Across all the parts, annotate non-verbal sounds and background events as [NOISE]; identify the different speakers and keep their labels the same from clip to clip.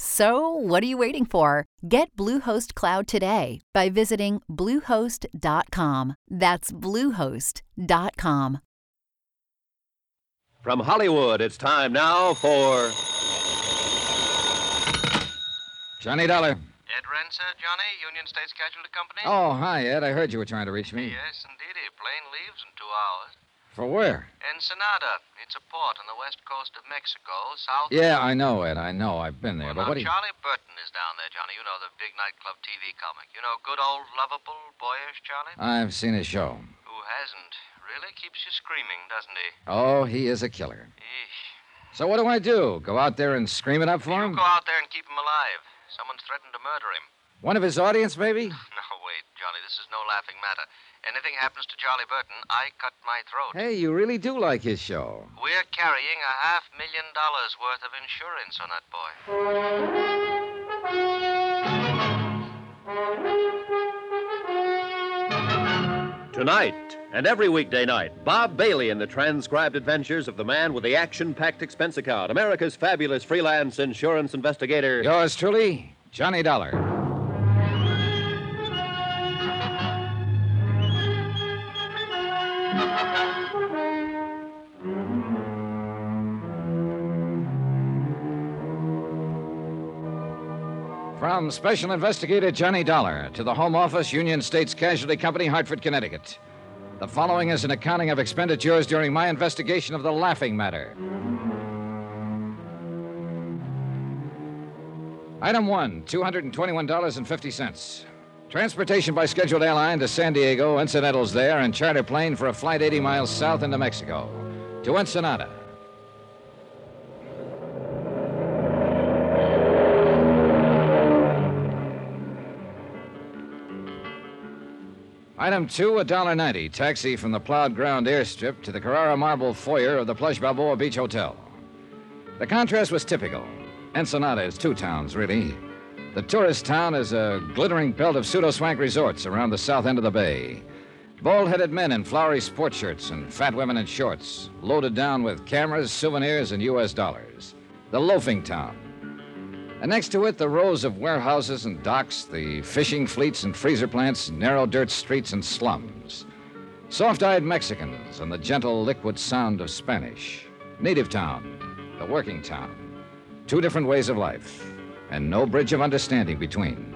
Speaker 1: So, what are you waiting for? Get Bluehost Cloud today by visiting Bluehost.com. That's Bluehost.com.
Speaker 2: From Hollywood, it's time now for
Speaker 3: Johnny Dollar.
Speaker 4: Ed Renser, Johnny, Union States Casualty Company?
Speaker 3: Oh, hi, Ed. I heard you were trying to reach me.
Speaker 4: Yes, indeedy. Plane leaves in two hours.
Speaker 3: For where?
Speaker 4: Ensenada. It's a port on the west coast of Mexico, south.
Speaker 3: Yeah, I know, Ed. I know. I've been there. but
Speaker 4: Well, now,
Speaker 3: what do you.
Speaker 4: Charlie Burton is down there, Johnny. You know the big nightclub TV comic. You know, good old, lovable, boyish Charlie?
Speaker 3: I've seen his show.
Speaker 4: Who hasn't? Really keeps you screaming, doesn't he?
Speaker 3: Oh, he is a killer.
Speaker 4: Eesh.
Speaker 3: So what do I do? Go out there and scream it up for him?
Speaker 4: You go out there and keep him alive. Someone's threatened to murder him. [LAUGHS]
Speaker 3: One of his audience, maybe?
Speaker 4: No, wait, Johnny. This is no laughing matter. Anything happens to Charlie Burton, I cut my throat.
Speaker 3: Hey, you really do like his show.
Speaker 4: We're carrying a half million dollars worth of insurance on that boy.
Speaker 2: Tonight and every weekday night, Bob Bailey in the transcribed adventures of the man with the action packed expense account, America's fabulous freelance insurance investigator.
Speaker 3: Yours truly, Johnny Dollar. From Special Investigator Johnny Dollar to the Home Office, Union States Casualty Company, Hartford, Connecticut. The following is an accounting of expenditures during my investigation of the laughing matter. Item one, $221.50. Transportation by scheduled airline to San Diego, incidentals there, and charter plane for a flight 80 miles south into Mexico to Ensenada. Item two, $1.90. Taxi from the plowed ground airstrip to the Carrara marble foyer of the plush Balboa Beach Hotel. The contrast was typical. Ensenada is two towns, really. The tourist town is a glittering belt of pseudo swank resorts around the south end of the bay. Bald headed men in flowery sport shirts and fat women in shorts, loaded down with cameras, souvenirs, and U.S. dollars. The loafing town. And next to it, the rows of warehouses and docks, the fishing fleets and freezer plants, narrow dirt streets and slums. Soft eyed Mexicans and the gentle liquid sound of Spanish. Native town, the working town. Two different ways of life, and no bridge of understanding between.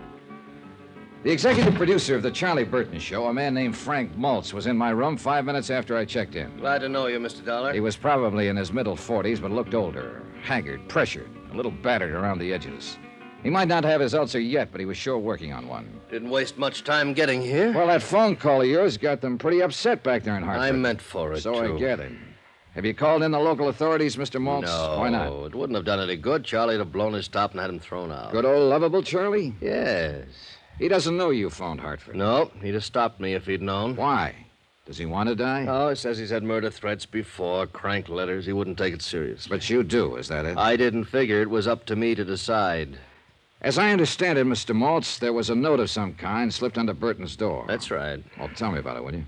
Speaker 3: The executive producer of the Charlie Burton Show, a man named Frank Maltz, was in my room five minutes after I checked in.
Speaker 5: Glad to know you, Mr. Dollar.
Speaker 3: He was probably in his middle 40s, but looked older, haggard, pressured, a little battered around the edges. He might not have his ulcer yet, but he was sure working on one.
Speaker 5: Didn't waste much time getting here.
Speaker 3: Well, that phone call of yours got them pretty upset back there in Hartford.
Speaker 5: I meant for it.
Speaker 3: So
Speaker 5: too.
Speaker 3: I gathered. Have you called in the local authorities, Mr. Maltz?
Speaker 5: No,
Speaker 3: Why not?
Speaker 5: It wouldn't have done any good. Charlie'd have blown his top and had him thrown out.
Speaker 3: Good old lovable Charlie?
Speaker 5: Yes.
Speaker 3: He doesn't know you phoned Hartford.
Speaker 5: No, he'd have stopped me if he'd known.
Speaker 3: Why? Does he want to die?
Speaker 5: Oh, he says he's had murder threats before, crank letters. He wouldn't take it seriously.
Speaker 3: But you do, is that it?
Speaker 5: I didn't figure it was up to me to decide.
Speaker 3: As I understand it, Mr. Maltz, there was a note of some kind slipped under Burton's door.
Speaker 5: That's right.
Speaker 3: Well, tell me about it, will you?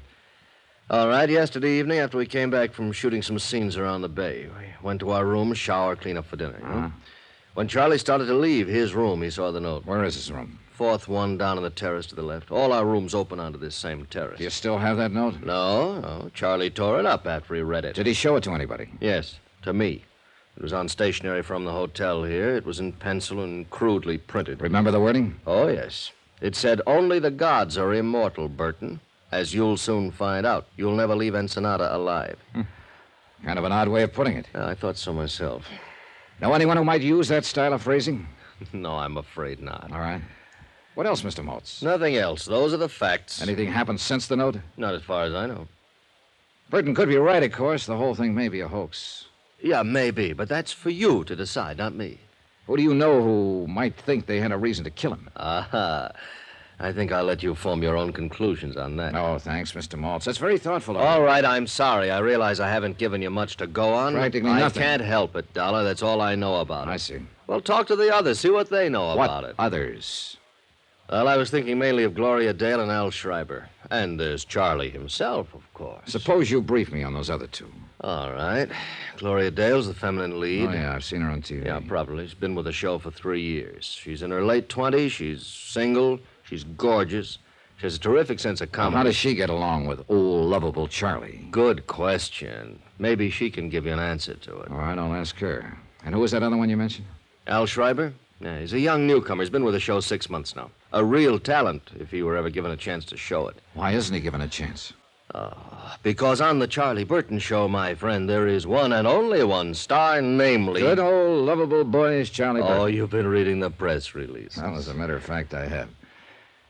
Speaker 5: All right, yesterday evening, after we
Speaker 3: Uh-huh.
Speaker 5: came back from shooting some scenes around the bay, we went to our room, shower, clean up for dinner. you know?
Speaker 2: When Charlie started to leave his room, he saw the note.
Speaker 3: Where is his room?
Speaker 2: Fourth one down on the terrace to the left. All our rooms open onto this same terrace.
Speaker 3: Do you still have that note?
Speaker 2: No, no. Charlie tore it up after he read it.
Speaker 3: Did he show it to anybody?
Speaker 2: Yes, to me. It was on stationery from the hotel here. It was in pencil and crudely printed.
Speaker 3: Remember the wording?
Speaker 2: Oh, yes. It said, Only the gods are immortal, Burton. As you'll soon find out, you'll never leave Ensenada alive.
Speaker 3: Kind of an odd way of putting it.
Speaker 2: I thought so myself. [LAUGHS]
Speaker 3: Know anyone who might use that style of phrasing?
Speaker 2: no, I'm afraid not.
Speaker 3: All right. What else, Mr. Maltz?
Speaker 2: Nothing else. Those are the facts.
Speaker 3: Anything happened since the note?
Speaker 2: Not as far as I know.
Speaker 3: Burton could be right, of course. The whole thing may be a hoax.
Speaker 2: Yeah, maybe, but that's for you to decide, not me.
Speaker 3: Who do you know who might think they had a reason to kill him?
Speaker 2: Aha. I think I'll let you form your own conclusions on that.
Speaker 3: No, thanks, Mr. Maltz. That's very thoughtful of you.
Speaker 2: All right, I'm sorry. I realize I haven't given you much to go on.
Speaker 3: Practically
Speaker 2: I
Speaker 3: nothing.
Speaker 2: can't help it, Dollar. That's all I know about it.
Speaker 3: I see.
Speaker 2: Well, talk to the others. See what they know
Speaker 3: What
Speaker 2: about it.
Speaker 3: others?
Speaker 2: Well, I was thinking mainly of Gloria Dale and Al Schreiber. And there's Charlie himself, of course.
Speaker 3: Suppose you brief me on those other two.
Speaker 2: All right. Gloria Dale's the feminine lead.
Speaker 3: Oh, yeah, I've seen her on TV.
Speaker 2: Yeah, probably. She's been with the show for three years. She's in her late 20s. She's single. She's gorgeous. She has a terrific sense of comedy.
Speaker 3: How does she get along with old, lovable Charlie?
Speaker 2: Good question. Maybe she can give you an answer to it.
Speaker 3: All right, I'll ask her. And who was that other one you mentioned?
Speaker 2: Al Schreiber? Yeah, he's a young newcomer. He's been with the show six months now. A real talent, if he were ever given a chance to show it.
Speaker 3: Why isn't he given a chance?
Speaker 2: Because on the Charlie Burton show, my friend, there is one and only one star, namely.
Speaker 3: Good old, lovable, boyish Charlie
Speaker 2: Oh,
Speaker 3: Burton.
Speaker 2: you've been reading the press release.
Speaker 3: Well, as a matter of fact, I have.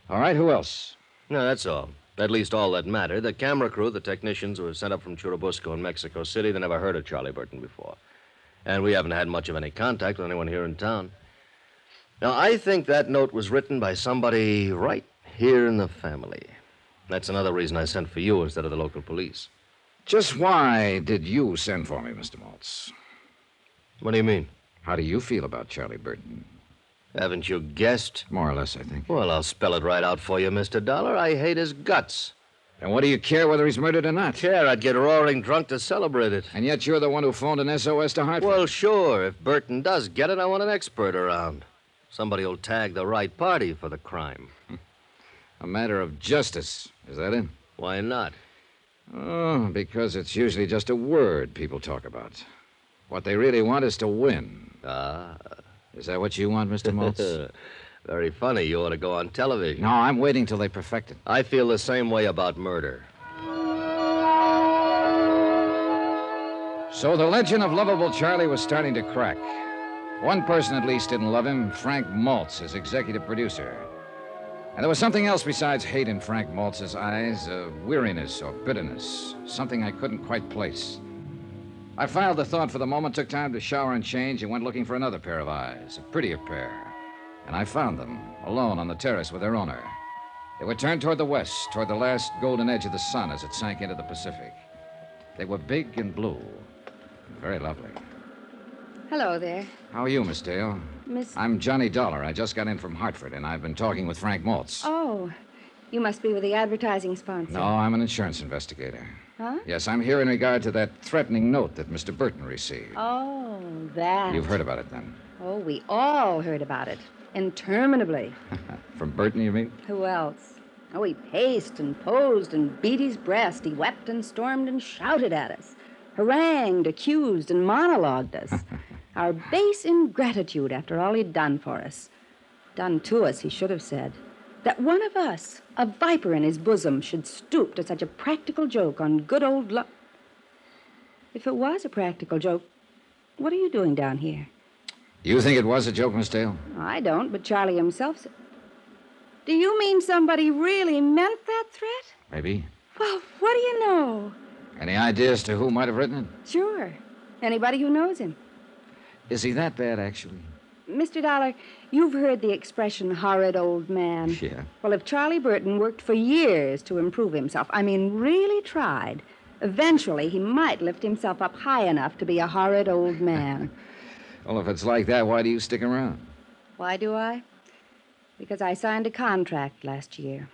Speaker 3: All right, who else?
Speaker 2: No, that's all. At least all that matter. The camera crew, the technicians who were sent up from Churubusco in Mexico City, they never heard of Charlie Burton before. And we haven't had much of any contact with anyone here in town. Now, I think that note was written by somebody right here in the family. That's another reason I sent for you instead of the local police.
Speaker 3: Just why did you send for me, Mr. Maltz?
Speaker 2: What do you mean?
Speaker 3: How do you feel about Charlie Burton?
Speaker 2: Haven't you guessed?
Speaker 3: More or less, I think.
Speaker 2: Well, I'll spell it right out for you, Mr. Dollar. I hate his guts.
Speaker 3: And what do you care whether he's murdered or not?
Speaker 2: Care, I'd get roaring drunk to celebrate it.
Speaker 3: And yet you're the one who phoned an SOS to Hartford.
Speaker 2: Well, sure. If Burton does get it, I want an expert around. Somebody will tag the right party for the crime.
Speaker 3: a matter of justice. Is that it?
Speaker 2: Why not?
Speaker 3: Oh, because it's usually just a word people talk about. What they really want is to win.
Speaker 2: Ah,
Speaker 3: Is that what you want, Mr.
Speaker 2: [LAUGHS]
Speaker 3: Maltz?
Speaker 2: very funny. You ought to go on television.
Speaker 3: no, I'm waiting till they perfect it.
Speaker 2: I feel the same way about murder.
Speaker 3: So the legend of lovable Charlie was starting to crack. One person at least didn't love him Frank Maltz, his executive producer. And there was something else besides hate in Frank Maltz's eyes a weariness or bitterness, something I couldn't quite place. I filed the thought for the moment, took time to shower and change, and went looking for another pair of eyes, a prettier pair. And I found them, alone on the terrace with their owner. They were turned toward the west, toward the last golden edge of the sun as it sank into the Pacific. They were big and blue, very lovely.
Speaker 6: Hello there,
Speaker 3: How are you, Miss Dale?
Speaker 6: Miss.
Speaker 3: I'm Johnny Dollar. I just got in from Hartford, and I've been talking with Frank Maltz.
Speaker 6: Oh, you must be with the advertising sponsor.
Speaker 3: No, I'm an insurance investigator.
Speaker 6: Huh?
Speaker 3: Yes, I'm here in regard to that threatening note that Mr. Burton received.
Speaker 6: Oh, that.
Speaker 3: You've heard about it then?
Speaker 6: Oh, we all heard about it. Interminably.
Speaker 3: From Burton, you mean?
Speaker 6: Who else? Oh, he paced and posed and beat his breast. He wept and stormed and shouted at us, harangued, accused, and monologued us. Our base ingratitude after all he'd done for us. Done to us, he should have said. That one of us, a viper in his bosom, should stoop to such a practical joke on good old luck. If it was a practical joke, what are you doing down here?
Speaker 3: You think it was a joke, Miss Dale?
Speaker 6: I don't, but Charlie himself said. Do you mean somebody really meant that threat?
Speaker 3: Maybe.
Speaker 6: Well, what do you know?
Speaker 3: Any ideas to who might have written
Speaker 6: Sure. Anybody who knows him.
Speaker 3: it? Is he that bad, actually?
Speaker 6: Mr. Dollar, you've heard the expression horrid old man.
Speaker 3: Yeah.
Speaker 6: Well, if Charlie Burton worked for years to improve himself, I mean, really tried, eventually he might lift himself up high enough to be a horrid old man.
Speaker 3: Well, if it's like that, why do you stick around?
Speaker 6: Why do I? Because I signed a contract last year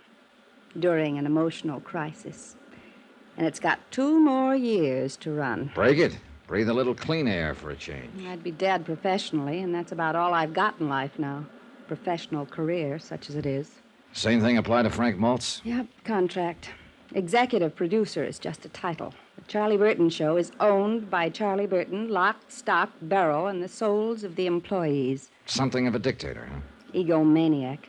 Speaker 6: during an emotional crisis. And it's got two more years to run.
Speaker 3: Break it. Breathe a little clean air for a change.
Speaker 6: I'd be dead professionally, and that's about all I've got in life now. Professional career, such as it is.
Speaker 3: Same thing apply to Frank Maltz?
Speaker 6: Yep, contract. Executive producer is just a title. The Charlie Burton Show is owned by Charlie Burton, lock, stock, barrel, and the souls of the employees.
Speaker 3: Something of a dictator, huh?
Speaker 6: Egomaniac.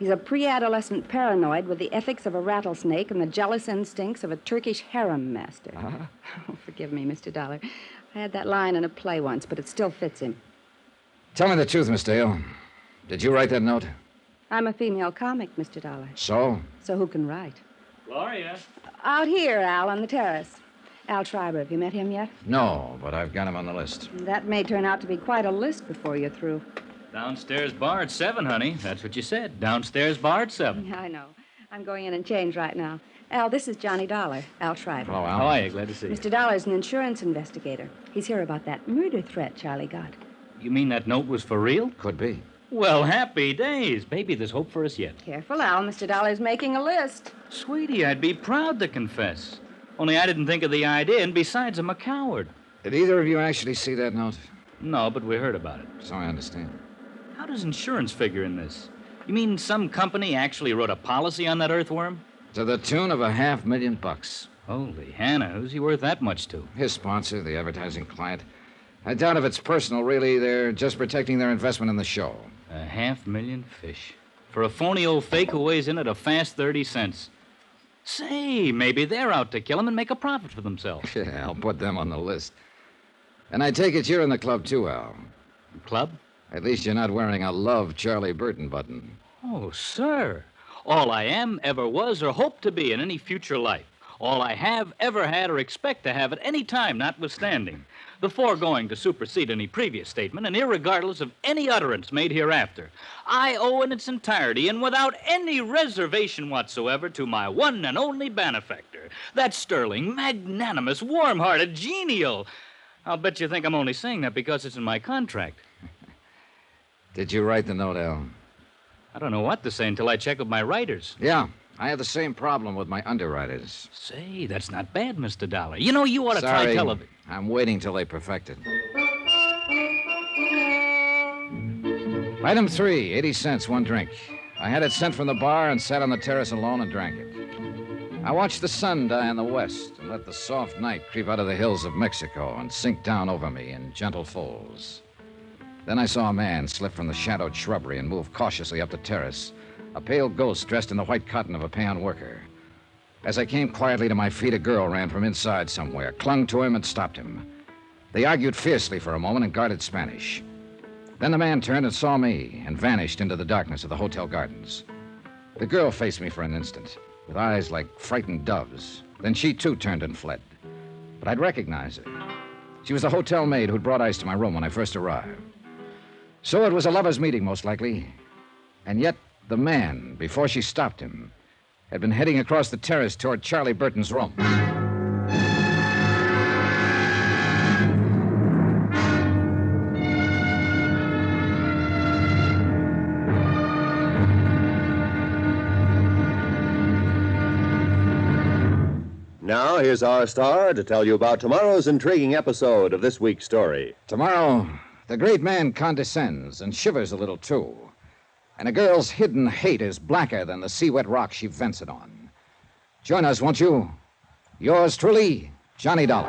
Speaker 6: He's a pre adolescent paranoid with the ethics of a rattlesnake and the jealous instincts of a Turkish harem master. [LAUGHS] Oh, forgive me, Mr. Dollar. I had that line in a play once, but it still fits him.
Speaker 3: Tell me the truth, Miss Dale. Did you write that note?
Speaker 6: I'm a female comic, Mr. Dollar,
Speaker 3: So?
Speaker 6: so who can write?
Speaker 2: Gloria.
Speaker 6: Out here, Al, on the terrace. Al Schreiber, have you met him yet?
Speaker 3: No, but I've got him on the list.
Speaker 6: That may turn out to be quite a list before you're through. [LAUGHS]
Speaker 2: Downstairs bar at seven, honey. That's what you said. Downstairs bar at seven.
Speaker 6: Yeah, I know. I'm going in and change right now. Al, this is Johnny Dollar, Al Schreiber.
Speaker 3: Hello, Al.
Speaker 2: How are you? Oh, Glad to see you.
Speaker 6: Mr. Dollar's an insurance investigator. He's here about that murder threat Charlie got.
Speaker 2: You mean that note was for real?
Speaker 3: Could be.
Speaker 2: Well, happy days. Maybe there's hope for us yet.
Speaker 6: Careful, Al. Mr. Dollar's making a list.
Speaker 2: Sweetie, I'd be proud to confess. Only I didn't think of the idea, and besides, I'm a coward.
Speaker 3: Did either of you actually see that note?
Speaker 2: No, but we heard about it.
Speaker 3: So I understand.
Speaker 2: How does insurance figure in this? You mean some company actually wrote a policy on that earthworm?
Speaker 3: To the tune of a half million bucks.
Speaker 2: Holy Hannah, who's he worth that much to?
Speaker 3: His sponsor, the advertising client. I doubt if it's personal, really. They're just protecting their investment in the show. [LAUGHS]
Speaker 2: A half million fish. For a phony old fake who weighs in at a fast 30 cents. Say, maybe they're out to kill him and make a profit for themselves.
Speaker 3: Yeah, I'll put them on the list. And I take it you're in the club too, Al.
Speaker 2: Club?
Speaker 3: At least you're not wearing a love Charlie Burton button.
Speaker 2: Oh, sir. All I am, ever was, or hope to be in any future life. All I have, ever had, or expect to have at any time, notwithstanding. The foregoing to supersede any previous statement, and irregardless of any utterance made hereafter. I owe in its entirety, and without any reservation whatsoever, to my one and only benefactor. That sterling, magnanimous, warm hearted, genial. I'll bet you think I'm only saying that because it's in my contract.
Speaker 3: Did you write the note, Al?
Speaker 2: I don't know what to say until I check with my writers.
Speaker 3: Yeah, I have the same problem with my underwriters.
Speaker 2: Say, that's not bad, Mr. Dollar. You know, you ought to try
Speaker 3: Sorry,
Speaker 2: television.
Speaker 3: I'm waiting till they perfect it. Item three, 80 cents, one drink. I had it sent from the bar and sat on the terrace alone and drank it. I watched the sun die in the west and let the soft night creep out of the hills of Mexico and sink down over me in gentle folds. Then I saw a man slip from the shadowed shrubbery and move cautiously up the terrace, a pale ghost dressed in the white cotton of a peon worker. As I came quietly to my feet, a girl ran from inside somewhere, clung to him, and stopped him. They argued fiercely for a moment in guarded Spanish. Then the man turned and saw me and vanished into the darkness of the hotel gardens. The girl faced me for an instant, with eyes like frightened doves. Then she too turned and fled. But I'd recognized her. She was the hotel maid who'd brought ice to my room when I first arrived. So it was a lovers' meeting, most likely. And yet, the man, before she stopped him, had been heading across the terrace toward Charlie Burton's room.
Speaker 7: Now, here's our star to tell you about tomorrow's intriguing episode of this week's story.
Speaker 3: Tomorrow, the great man condescends and shivers a little, too. And a girl's hidden hate is blacker than the sea wet rock she vents it on. Join us, won't you? Yours truly, Johnny Dollar.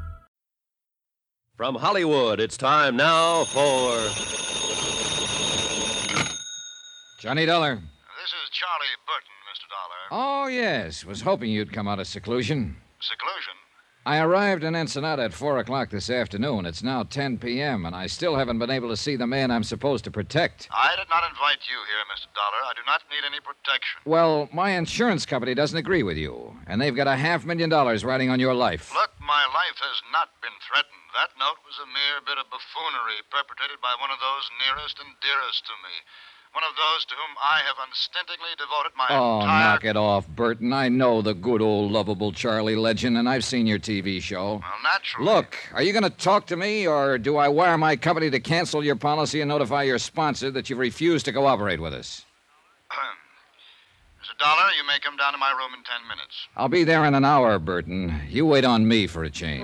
Speaker 7: From Hollywood, it's time now for.
Speaker 3: Johnny Dollar.
Speaker 4: This is Charlie Burton, Mr. Dollar.
Speaker 3: Oh, yes. Was hoping you'd come out of seclusion.
Speaker 4: Seclusion?
Speaker 3: I arrived in Ensenada at 4 o'clock this afternoon. It's now 10 p.m., and I still haven't been able to see the man I'm supposed to protect.
Speaker 8: I did not invite you here, Mr. Dollar. I do not need any protection.
Speaker 3: Well, my insurance company doesn't agree with you, and they've got a half million dollars riding on your life.
Speaker 8: Look, my life has not been threatened. That note was a mere bit of buffoonery perpetrated by one of those nearest and dearest to me. One of those to whom I have unstintingly devoted my
Speaker 3: Oh,
Speaker 8: entire.
Speaker 3: knock it off, Burton. I know the good old lovable Charlie legend, and I've seen your TV show.
Speaker 8: Well, naturally. [CLEARS THROAT]
Speaker 3: Look, are you going to talk to me, or do I wire my company to cancel your policy and notify your sponsor that you've refused to cooperate with us?
Speaker 8: Mr. Dollar, you may come down to my room in ten minutes.
Speaker 3: I'll be there in an hour, Burton. You wait on me for a change.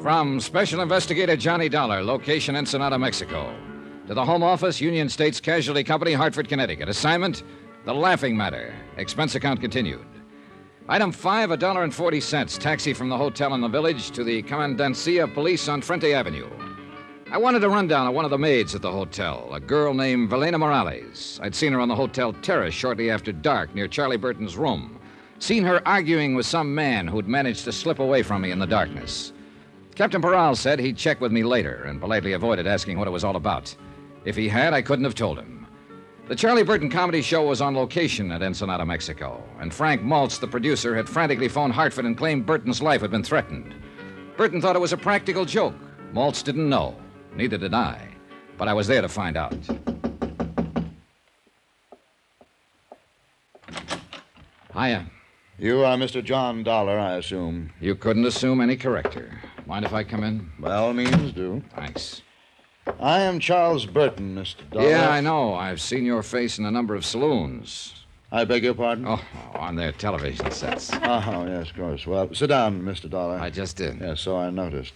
Speaker 3: From Special Investigator Johnny Dollar, location Ensenada, Mexico. To the Home Office, Union States Casualty Company, Hartford, Connecticut. Assignment, The Laughing Matter. Expense account continued. Item five, a dollar and forty cents. Taxi from the hotel in the village to the Commandancia Police on Frente Avenue. I wanted a rundown of one of the maids at the hotel, a girl named Velena Morales. I'd seen her on the hotel terrace shortly after dark near Charlie Burton's room. Seen her arguing with some man who'd managed to slip away from me in the darkness. Captain Peral said he'd check with me later and politely avoided asking what it was all about. If he had, I couldn't have told him. The Charlie Burton comedy show was on location at Ensenada, Mexico, and Frank Maltz, the producer, had frantically phoned Hartford and claimed Burton's life had been threatened. Burton thought it was a practical joke. Maltz didn't know. Neither did I. But I was there to find out. Hiya.
Speaker 4: You are Mr. John Dollar, I assume.
Speaker 3: You couldn't assume any corrector. Mind if I come in?
Speaker 4: By all means, do.
Speaker 3: Thanks.
Speaker 4: I am Charles Burton, Mr. Dollar.
Speaker 3: Yeah, I know. I've seen your face in a number of saloons.
Speaker 4: I beg your pardon?
Speaker 3: Oh, on their television sets.
Speaker 4: Oh, yes, of course. Well, sit down, Mr. Dollar. I
Speaker 3: just did.
Speaker 4: Yes, so I noticed.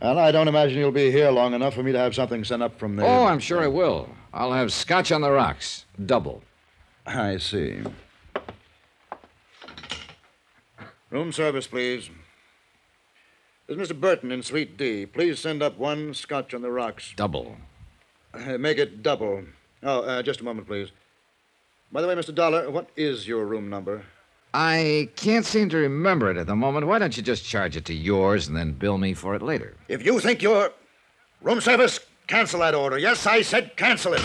Speaker 4: And I don't imagine you'll be here long enough for me to have something sent up from there.
Speaker 3: Oh, I'm sure I will. I'll have scotch on the rocks, double.
Speaker 4: I see. Room service, please. Is Mr. Burton in Suite D? Please send up one scotch on the rocks.
Speaker 3: Double.
Speaker 4: Uh, Make it double. Oh, uh, just a moment, please. By the way, Mr. Dollar, what is your room number?
Speaker 3: I can't seem to remember it at the moment. Why don't you just charge it to yours and then bill me for it later?
Speaker 4: If you think you're. Room service, cancel that order. Yes, I said cancel it.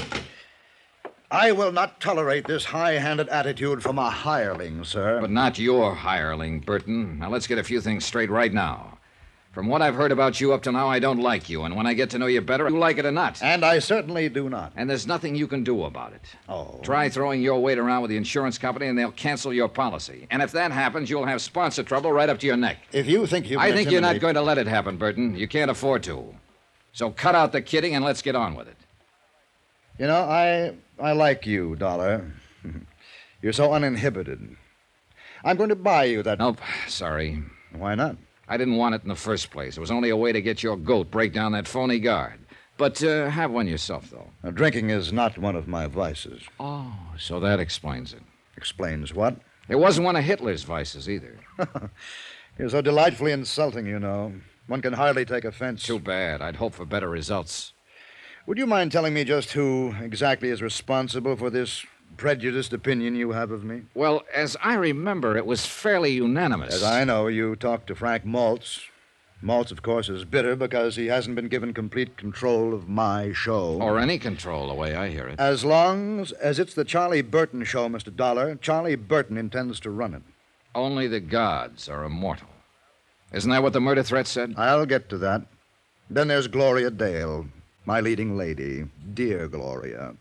Speaker 4: I will not tolerate this high handed attitude from a hireling, sir.
Speaker 3: But not your hireling, Burton. Now let's get a few things straight right now. From what I've heard about you up to now, I don't like you, and when I get to know you better, you like it or not.
Speaker 4: And I certainly do not.
Speaker 3: And there's nothing you can do about it.
Speaker 4: Oh.
Speaker 3: Try throwing your weight around with the insurance company, and they'll cancel your policy. And if that happens, you'll have sponsor trouble right up to your neck.
Speaker 4: If you think you.
Speaker 3: I
Speaker 4: can
Speaker 3: think you're not
Speaker 4: intimidate-
Speaker 3: going to let it happen, Burton. You can't afford to. So cut out the kidding and let's get on with it.
Speaker 4: You know, I I like you, Dollar. [LAUGHS] You're so uninhibited. I'm going to buy you that.
Speaker 3: Nope, sorry.
Speaker 4: [LAUGHS] Why not?
Speaker 3: I didn't want it in the first place. It was only a way to get your goat, break down that phony guard. But uh, have one yourself, though.
Speaker 4: Now, drinking is not one of my vices.
Speaker 3: Oh. So that explains it.
Speaker 4: Explains what? [LAUGHS]
Speaker 3: It wasn't one of Hitler's vices either.
Speaker 4: You're so delightfully insulting, you know. One can hardly take offense.
Speaker 3: Too bad. I'd hope for better results.
Speaker 4: Would you mind telling me just who exactly is responsible for this prejudiced opinion you have of me?
Speaker 3: Well, as I remember, it was fairly unanimous.
Speaker 4: As I know, you talked to Frank Maltz. Maltz, of course, is bitter because he hasn't been given complete control of my show.
Speaker 3: Or any control, the way I hear it.
Speaker 4: As long as, as it's the Charlie Burton show, Mr. Dollar, Charlie Burton intends to run it.
Speaker 3: Only the gods are immortal. Isn't that what the murder threat said?
Speaker 4: I'll get to that. Then there's Gloria Dale, my leading lady. Dear Gloria.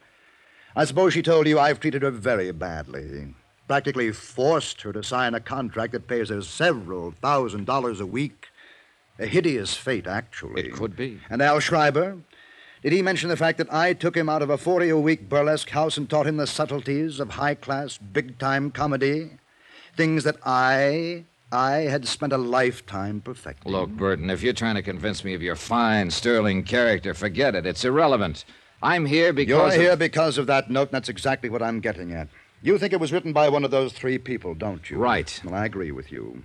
Speaker 4: I suppose she told you I've treated her very badly. Practically forced her to sign a contract that pays her several thousand dollars a week. A hideous fate, actually. It could
Speaker 3: be.
Speaker 4: And Al Schreiber? Did he mention the fact that I took him out of a 40 a week burlesque house and taught him the subtleties of high class, big time comedy? Things that I, I had spent a lifetime perfecting.
Speaker 3: Look, Burton, if you're trying to convince me of your fine, sterling character, forget it. It's irrelevant. I'm here because.
Speaker 4: You're
Speaker 3: of-
Speaker 4: here because of that note, and that's exactly what I'm getting at. You think it was written by one of those three people, don't you? Right. Well, I agree with you.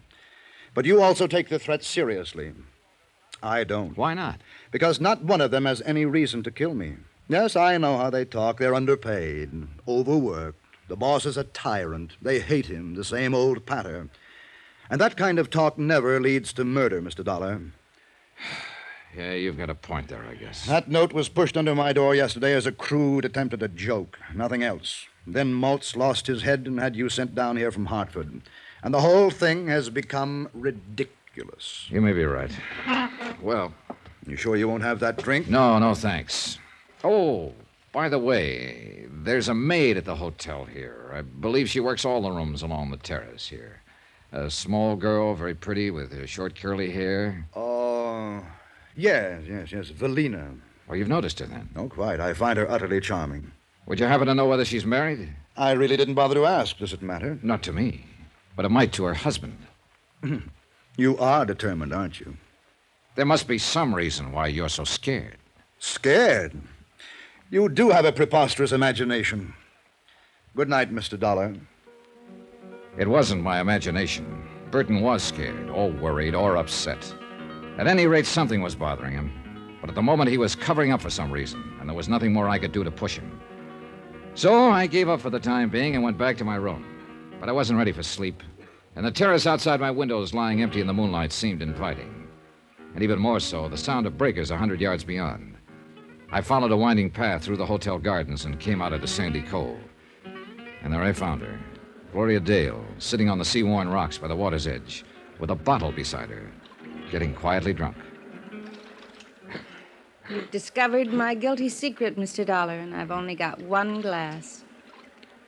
Speaker 4: But you also take the threat seriously. I don't.
Speaker 3: Why not?
Speaker 4: Because not one of them has any reason to kill me. Yes, I know how they talk. They're underpaid, overworked. The boss is a tyrant. They hate him, the same old patter. And that kind of talk never leads to murder, Mr. Dollar.
Speaker 3: Yeah, you've got a point there, I guess.
Speaker 4: That note was pushed under my door yesterday as a crude attempt at a joke, nothing else. Then Maltz lost his head and had you sent down here from Hartford. And the whole thing has become ridiculous.
Speaker 3: You may be right. Well.
Speaker 4: You sure you won't have that drink?
Speaker 3: No, no, thanks. Oh, by the way, there's a maid at the hotel here. I believe she works all the rooms along the terrace here. A small girl, very pretty, with her short curly hair.
Speaker 4: Oh, yes, yes, yes, Velina.
Speaker 3: Well, you've noticed her then.
Speaker 4: Oh, quite. I find her utterly charming.
Speaker 3: Would you happen to know whether she's married?
Speaker 4: I really didn't bother to ask. Does it matter?
Speaker 3: Not to me, but it might to her husband.
Speaker 4: You are determined, aren't you?
Speaker 3: There must be some reason why you're so scared.
Speaker 4: Scared? You do have a preposterous imagination. Good night, Mr. Dollar.
Speaker 3: It wasn't my imagination. Burton was scared, or worried, or upset. At any rate, something was bothering him. But at the moment, he was covering up for some reason, and there was nothing more I could do to push him. So I gave up for the time being and went back to my room. But I wasn't ready for sleep, and the terrace outside my windows, lying empty in the moonlight, seemed inviting. And even more so, the sound of breakers a hundred yards beyond. I followed a winding path through the hotel gardens and came out at a sandy cove. And there I found her. Gloria Dale, sitting on the sea worn rocks by the water's edge, with a bottle beside her, getting quietly drunk.
Speaker 6: You've discovered my guilty secret, Mr. Dollar, and I've only got one glass.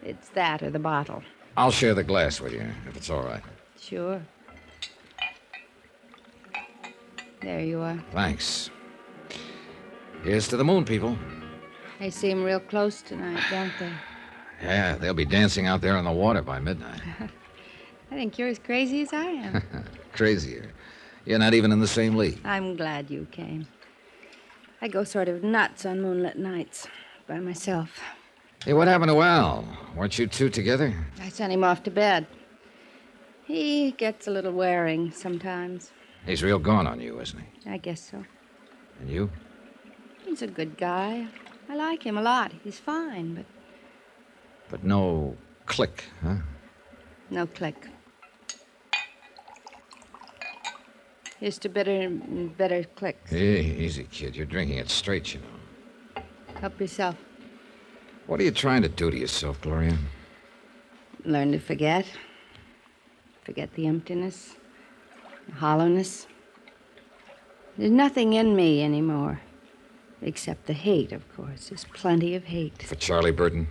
Speaker 6: It's that or the bottle.
Speaker 3: I'll share the glass with you, if it's all right.
Speaker 6: Sure. There you are.
Speaker 3: Thanks. Here's to the moon, people.
Speaker 6: They seem real close tonight, don't they?
Speaker 3: Yeah, they'll be dancing out there on the water by midnight.
Speaker 6: I think you're as crazy as I [LAUGHS] am.
Speaker 3: Crazier. You're not even in the same league.
Speaker 6: I'm glad you came. I go sort of nuts on moonlit nights by myself.
Speaker 3: Hey, what happened to Al? Weren't you two together?
Speaker 6: I sent him off to bed. He gets a little wearing sometimes.
Speaker 3: He's real gone on you, isn't he?
Speaker 6: I guess so.
Speaker 3: And you?
Speaker 6: He's a good guy. I like him a lot. He's fine, but
Speaker 3: But no click, huh?
Speaker 6: no click. Here's to better and better click.
Speaker 3: Hey, easy, kid. You're drinking it straight, you know.
Speaker 6: Help yourself.
Speaker 3: What are you trying to do to yourself, Gloria?
Speaker 6: Learn to forget. Forget the emptiness, the hollowness. There's nothing in me anymore. Except the hate, of course. There's plenty of hate
Speaker 3: For Charlie Burton?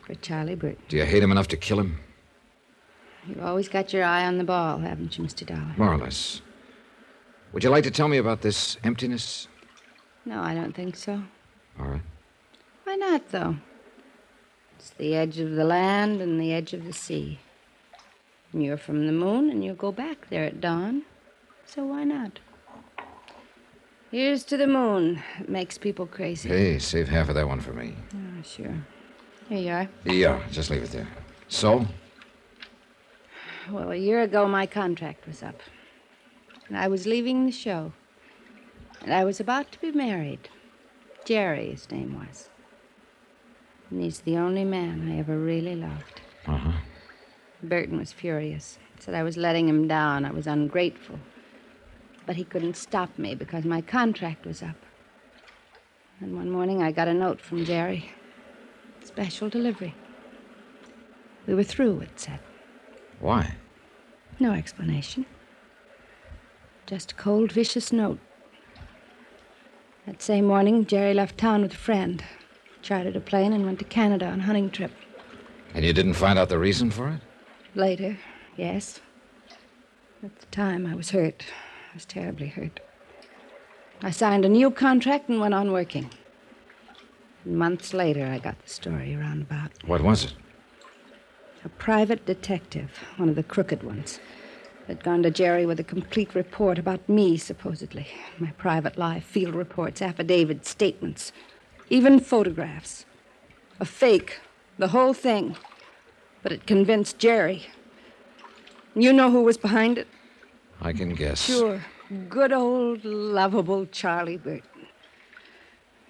Speaker 6: for Charlie Burton.
Speaker 3: Do you hate him enough to kill him?
Speaker 6: You've always got your eye on the ball, haven't you, Mr. Dollar?
Speaker 3: More or less. Would you like to tell me about this emptiness?
Speaker 6: No, I don't think so.
Speaker 3: All right.
Speaker 6: Why not, though? It's the edge of the land and the edge of the sea. And you're from the moon, and you'll go back there at dawn. So why not? Here's to the moon. It makes people crazy.
Speaker 3: Hey, save half of that one for me.
Speaker 6: Oh, sure. Here you are.
Speaker 3: Yeah, just leave it there. So?
Speaker 6: Well, a year ago, my contract was up. And I was leaving the show. And I was about to be married. Jerry, his name was. And he's the only man I ever really loved.
Speaker 3: Uh huh.
Speaker 6: Burton was furious. Said I was letting him down. I was ungrateful. But he couldn't stop me because my contract was up. And one morning I got a note from Jerry. Special delivery. We were through, it said.
Speaker 3: Why?
Speaker 6: No explanation. Just a cold, vicious note. That same morning, Jerry left town with a friend, chartered a plane, and went to Canada on a hunting trip.
Speaker 3: And you didn't find out the reason for it?
Speaker 6: Later, yes. At the time, I was hurt. I was terribly hurt. I signed a new contract and went on working. Months later, I got the story roundabout.
Speaker 3: What was it?
Speaker 6: A private detective, one of the crooked ones, They'd gone to Jerry with a complete report about me, supposedly. My private life, field reports, affidavits, statements, even photographs. A fake, the whole thing. But it convinced Jerry. You know who was behind it?
Speaker 3: I can guess.
Speaker 6: Sure. Good old, lovable Charlie Burton.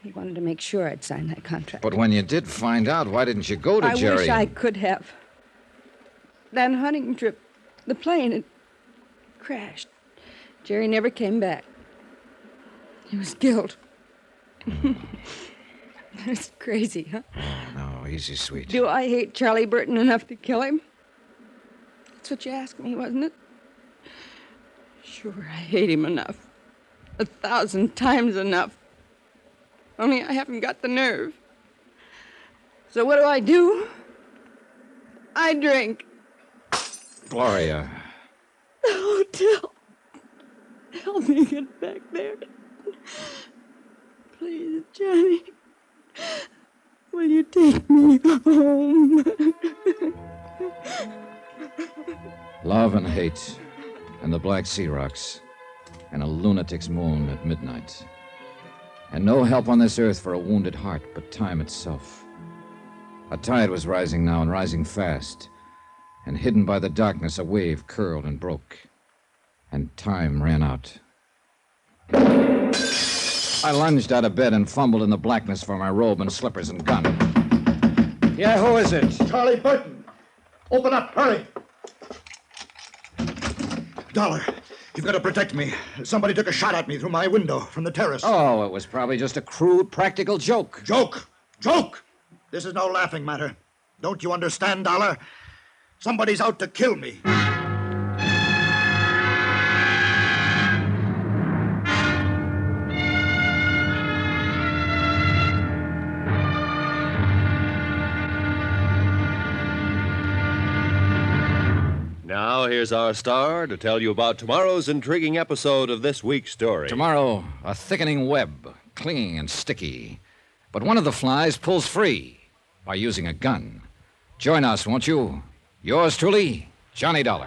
Speaker 6: He wanted to make sure I'd sign that contract.
Speaker 3: But when you did find out, why didn't you go to
Speaker 6: I
Speaker 3: Jerry?
Speaker 6: wish I could have. That hunting trip, the plane, it crashed. Jerry never came back. He was killed. [LAUGHS] That's crazy, huh?
Speaker 3: Oh, easy, sweet.
Speaker 6: Do I hate Charlie Burton enough to kill him? That's what you asked me, wasn't it? Sure, I hate him enough. A thousand times enough. Only I haven't got the nerve. So what do I do? I drink. [LAUGHS]
Speaker 3: Gloria.
Speaker 6: The hotel. Help Oh, me get back there. Please, Johnny. Will you take me home?
Speaker 3: Love and hate, and the Black Sea Rocks, and a lunatic's moon at midnight. And no help on this earth for a wounded heart but time itself. A tide was rising now and rising fast, and hidden by the darkness, a wave curled and broke. And time ran out. I lunged out of bed and fumbled in the blackness for my robe and slippers and gun. Yeah, who is it?
Speaker 9: Charlie Burton. Open up, hurry. Dollar, you've got to protect me. Somebody took a shot at me through my window from the terrace.
Speaker 3: Oh, it was probably just a crude, practical joke.
Speaker 9: Joke? Joke! This is no laughing matter. Don't you understand, Dollar? Somebody's out to kill me.
Speaker 2: Now, here's our star to tell you about tomorrow's intriguing episode of this week's story.
Speaker 3: Tomorrow, a thickening web, clinging and sticky. But one of the flies pulls free by using a gun. Join us, won't you? Yours truly, Johnny Dollar.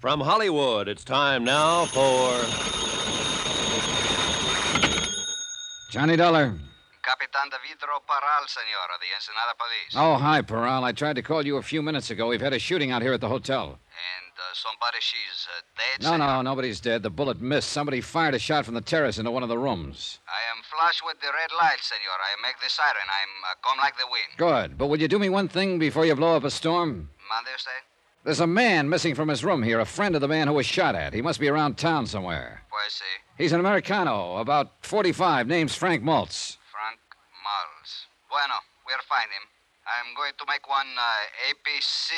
Speaker 2: From Hollywood, it's time now for.
Speaker 3: Johnny Dollar.
Speaker 4: Capitán Davidro Parral, senor, of the Ensenada Police.
Speaker 3: Oh, hi, Peral. I tried to call you a few minutes ago. We've had a shooting out here at the hotel.
Speaker 4: And uh, somebody, she's uh, dead.
Speaker 3: No, no, nobody's dead. The bullet missed. Somebody fired a shot from the terrace into one of the rooms.
Speaker 4: I am flush with the red light, senor. I make the siren. I'm uh, calm like the wind.
Speaker 3: Good. But will you do me one thing before you blow up a storm?
Speaker 4: Mother say?
Speaker 3: There's a man missing from his room here, a friend of the man who was shot at. He must be around town somewhere.
Speaker 4: Pues sí.
Speaker 3: He's an Americano, about 45, name's Frank Maltz.
Speaker 4: Frank Malls. Bueno, we'll find him. I'm going to make one uh, APC.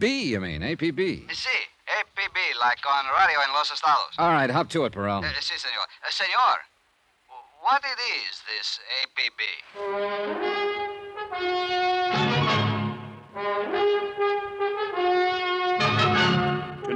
Speaker 3: B, you mean, APB.
Speaker 4: Eh, Sí, APB, like on radio in Los Estados.
Speaker 3: All right, hop to it, Peral.
Speaker 4: Uh, sí, senor. Uh, senor, w- what it is, this APB?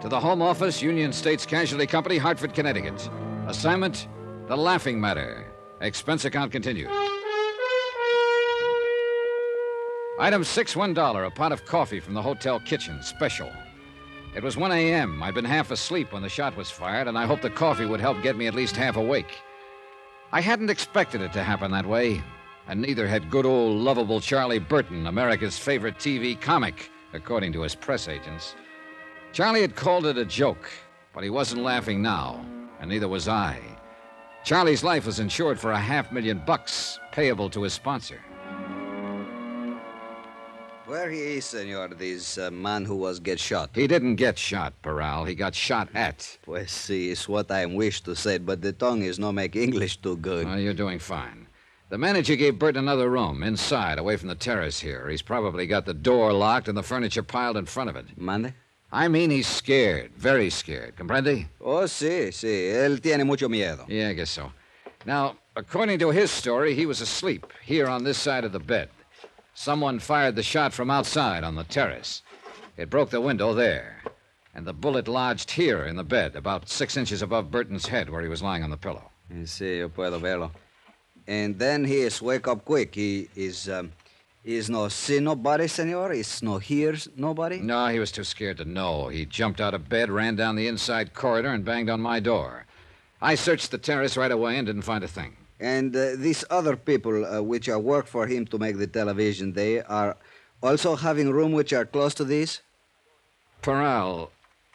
Speaker 3: to the Home Office, Union States Casualty Company, Hartford, Connecticut. Assignment The Laughing Matter. Expense account continues. Item six, one dollar, a pot of coffee from the hotel kitchen, special. It was 1 a.m. I'd been half asleep when the shot was fired, and I hoped the coffee would help get me at least half awake. I hadn't expected it to happen that way, and neither had good old lovable Charlie Burton, America's favorite TV comic, according to his press agents. Charlie had called it a joke, but he wasn't laughing now, and neither was I. Charlie's life was insured for a half million bucks payable to his sponsor.
Speaker 6: Where he is, senor, this uh, man who was get shot?
Speaker 3: He didn't get shot, Peral. He got shot at.
Speaker 6: Pues see, is what I wish to say, but the tongue is no make English too good.
Speaker 3: Oh, you're doing fine. The manager gave Bert another room, inside, away from the terrace here. He's probably got the door locked and the furniture piled in front of it.
Speaker 6: Mande?
Speaker 3: I mean, he's scared, very scared. Comprende?
Speaker 6: Oh, sí, sí. Él tiene mucho miedo.
Speaker 3: Yeah, I guess so. Now, according to his story, he was asleep here on this side of the bed. Someone fired the shot from outside on the terrace. It broke the window there. And the bullet lodged here in the bed, about six inches above Burton's head where he was lying on the pillow.
Speaker 6: Eh, Sí, yo puedo verlo. And then he is wake up quick. He is, um, is no see nobody, senor? Is no hears nobody?
Speaker 3: No, he was too scared to know. He jumped out of bed, ran down the inside corridor, and banged on my door. I searched the terrace right away and didn't find a thing.
Speaker 6: And uh, these other people uh, which are work for him to make the television, they are also having room which are close to this?
Speaker 3: Peral,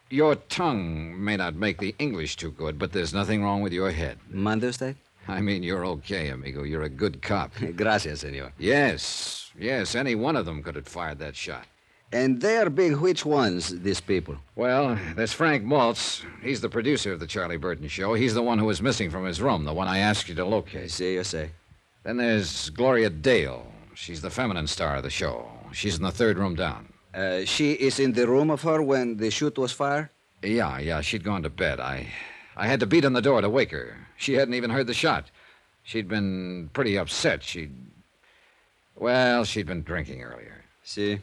Speaker 3: your tongue may not make the English too good, but there's nothing wrong with your head.
Speaker 6: Mandersteg?
Speaker 3: I mean, you're okay, amigo. You're a good cop.
Speaker 6: [LAUGHS] Gracias, senor.
Speaker 3: Yes, yes, any one of them could have fired that shot.
Speaker 6: And they are big which ones, these people?
Speaker 3: Well, there's Frank Maltz. He's the producer of the Charlie Burton Show. He's the one who was missing from his room, the one I asked you to locate.
Speaker 6: See, you say.
Speaker 3: Then there's Gloria Dale. She's the feminine star of the show. She's in the third room down.
Speaker 6: Uh, she is in the room of her when the shoot was fired?
Speaker 3: Yeah, yeah, she'd gone to bed. I I had to beat on the door to wake her. She hadn't even heard the shot. She'd been pretty upset. She'd. Well, she'd been drinking earlier.
Speaker 6: See?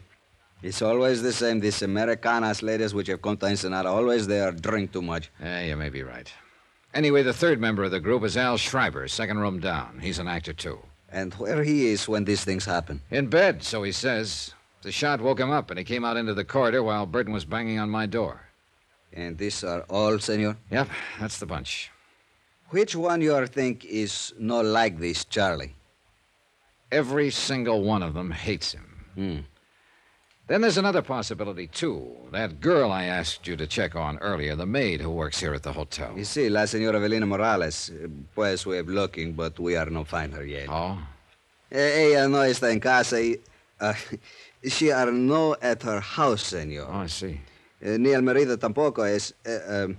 Speaker 6: It's always the same. These Americanas ladies which have come to Ensenada, always they are drink too much.
Speaker 3: Yeah, Eh, you may be right. Anyway, the third member of the group is Al Schreiber, second room down. He's an actor, too.
Speaker 6: And where he is when these things happen?
Speaker 3: In bed, so he says. The shot woke him up, and he came out into the corridor while Burton was banging on my door.
Speaker 6: And these are all, senor?
Speaker 3: Yep, that's the bunch.
Speaker 6: Which one you think is not like this, Charlie?
Speaker 3: Every single one of them hates him.
Speaker 6: Hmm.
Speaker 3: Then there's another possibility, too. That girl I asked you to check on earlier, the maid who works here at the hotel.
Speaker 6: You see, La Senora Evelina Morales. Pues we are looking, but we are not find her yet. Eh,
Speaker 3: Oh?
Speaker 6: Ella no está en casa. Uh, [LAUGHS] she are no at her house, senor.
Speaker 3: Oh, I see.
Speaker 6: Uh, ni el marido tampoco es. Uh, um,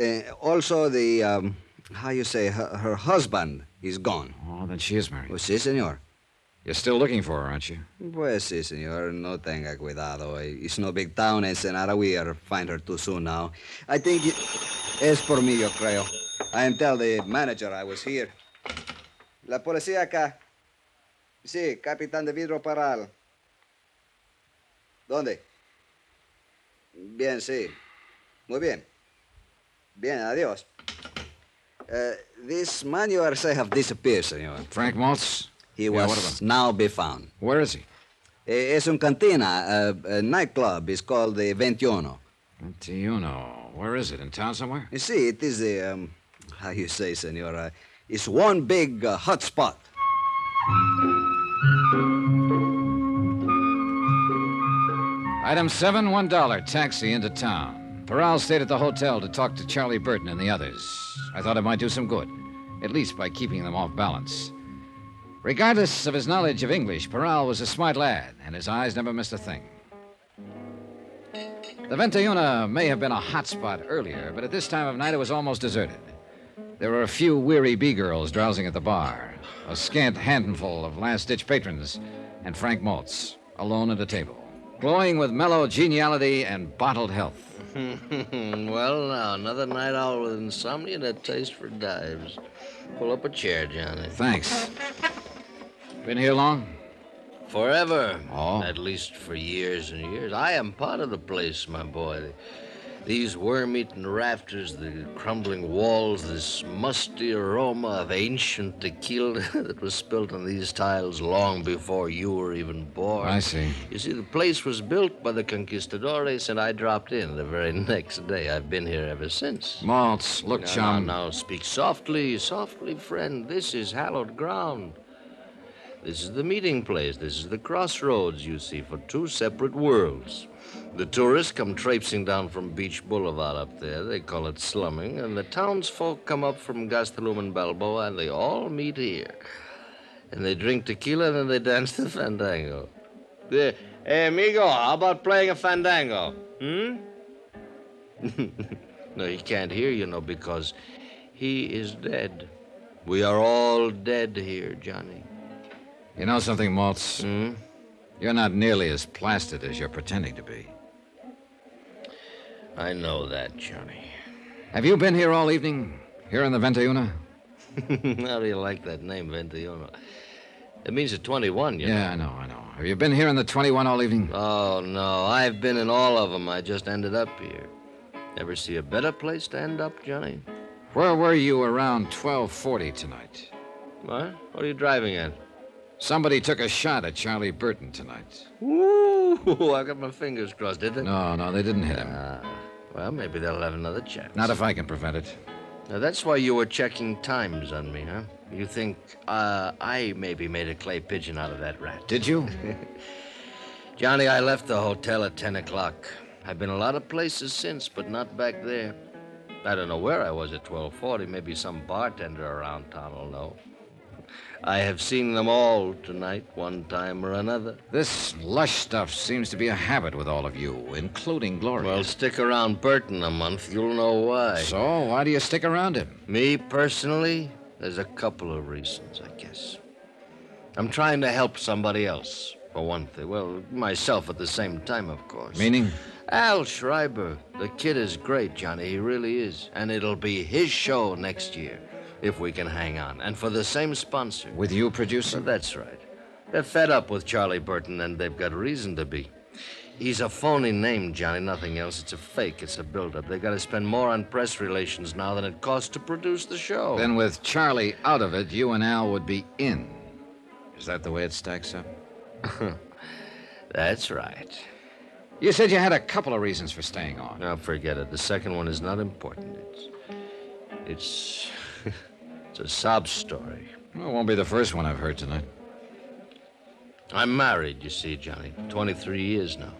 Speaker 6: uh, also, the um, how you say her, her, husband is gone.
Speaker 3: Oh, then she is married.
Speaker 6: Oh, sí, senor.
Speaker 3: You're still looking for her, aren't you?
Speaker 6: Pues sí, senor. No tenga cuidado. It's no big town, Ensenada. We are find her too soon now. I think it... es por mí, yo creo. I am tell the manager I was here. La policía acá. Sí, capitán de vidro paral. ¿Dónde? Bien, sí. Muy bien. Bien, adiós. Uh, this man you are say have disappeared, senor.
Speaker 3: Uh, Frank Maltz?
Speaker 6: He yeah, was now be found.
Speaker 3: Where is he?
Speaker 6: Eh, Es un cantina, a, a nightclub. It's called the Ventiono.
Speaker 3: Ventiono. Where is it? In town somewhere?
Speaker 6: You see, it is the, um, how you say, senor, uh, it's one big uh, hot spot.
Speaker 3: Item seven, one dollar, taxi into town. Peral stayed at the hotel to talk to Charlie Burton and the others. I thought it might do some good, at least by keeping them off balance. Regardless of his knowledge of English, Peral was a smart lad, and his eyes never missed a thing. The Ventayuna may have been a hot spot earlier, but at this time of night it was almost deserted. There were a few weary bee girls drowsing at the bar, a scant handful of last ditch patrons, and Frank Maltz, alone at a table glowing with mellow geniality and bottled health.
Speaker 2: well, now, another night owl with insomnia and a taste for dives. Pull up a chair, Johnny.
Speaker 3: Thanks. Been here long?
Speaker 2: Forever.
Speaker 3: Oh.
Speaker 2: At least for years and years. I am part of the place, my boy. These worm eaten rafters, the crumbling walls, this musty aroma of ancient tequila [LAUGHS] that was spilt on these tiles long before you were even born.
Speaker 3: Oh, I see.
Speaker 2: You see, the place was built by the conquistadores, and I dropped in the very [LAUGHS] next day. I've been here ever since.
Speaker 3: Maltz, look,
Speaker 2: now,
Speaker 3: chum.
Speaker 2: Now, now, speak softly, softly, friend. This is hallowed ground. This is the meeting place. This is the crossroads, you see, for two separate worlds. The tourists come traipsing down from Beach Boulevard up there. They call it slumming. And the townsfolk come up from Gastelum and Balboa, and they all meet here. And they drink tequila, and then they [LAUGHS] dance the fandango. There. Hey, amigo, how about playing a fandango? Hmm? no, he can't hear, you know, because he is dead. We are all dead here, Johnny.
Speaker 3: You know something, Maltz? You're not nearly as plastered as you're pretending to be.
Speaker 2: I know that, Johnny. [LAUGHS]
Speaker 3: Have you been here all evening? Here in the Ventayuna?
Speaker 2: How do you like that name, Ventayuno? It means a 21, you
Speaker 3: Yeah, I know, I know. Have you been here in the 21 all evening?
Speaker 2: Oh, no. I've been in all of them. I just ended up here. Ever see a better place to end up, Johnny?
Speaker 3: Where were you around 1240 tonight?
Speaker 2: What? What are you driving at?
Speaker 3: Somebody took a shot at Charlie Burton tonight.
Speaker 2: Ooh, [LAUGHS] I got my fingers crossed, did they?
Speaker 3: No, no, they didn't hit him.
Speaker 2: Well, maybe they'll have another chance.
Speaker 3: Not if I can prevent it.
Speaker 2: Now, that's why you were checking times on me, huh? You think uh, I maybe made a clay pigeon out of that rat.
Speaker 3: Did you?
Speaker 2: Johnny, I left the hotel at 10 o'clock. I've been a lot of places since, but not back there. I don't know where I was at 1240. Maybe some bartender around town will know. I have seen them all tonight, one time or another.
Speaker 3: This lush stuff seems to be a habit with all of you, including Gloria.
Speaker 2: Well, stick around Burton a month. You'll know why.
Speaker 3: So, why do you stick around him?
Speaker 2: Me personally, there's a couple of reasons, I guess. I'm trying to help somebody else, for one thing. Well, myself at the same time, of course.
Speaker 3: Meaning?
Speaker 2: Al Schreiber. The kid is great, Johnny. He really is. And it'll be his show next year, if we can hang on. And for the same sponsor.
Speaker 3: With you producing?
Speaker 2: that's right. They're fed up with Charlie Burton, and they've got reason to be. He's a phony name, Johnny, nothing else. It's a fake, it's a buildup. They've got to spend more on press relations now than it costs to produce the show.
Speaker 3: Then, with Charlie out of it, you and Al would be in. Is that the way it stacks up?
Speaker 2: That's right.
Speaker 3: You said you had a couple of reasons for staying on.
Speaker 2: Now forget it. The second one is not important. It's [LAUGHS] it's it's a sob story.
Speaker 3: Well, it won't be the first one I've heard tonight.
Speaker 2: I'm married, you see, Johnny. 23 years now.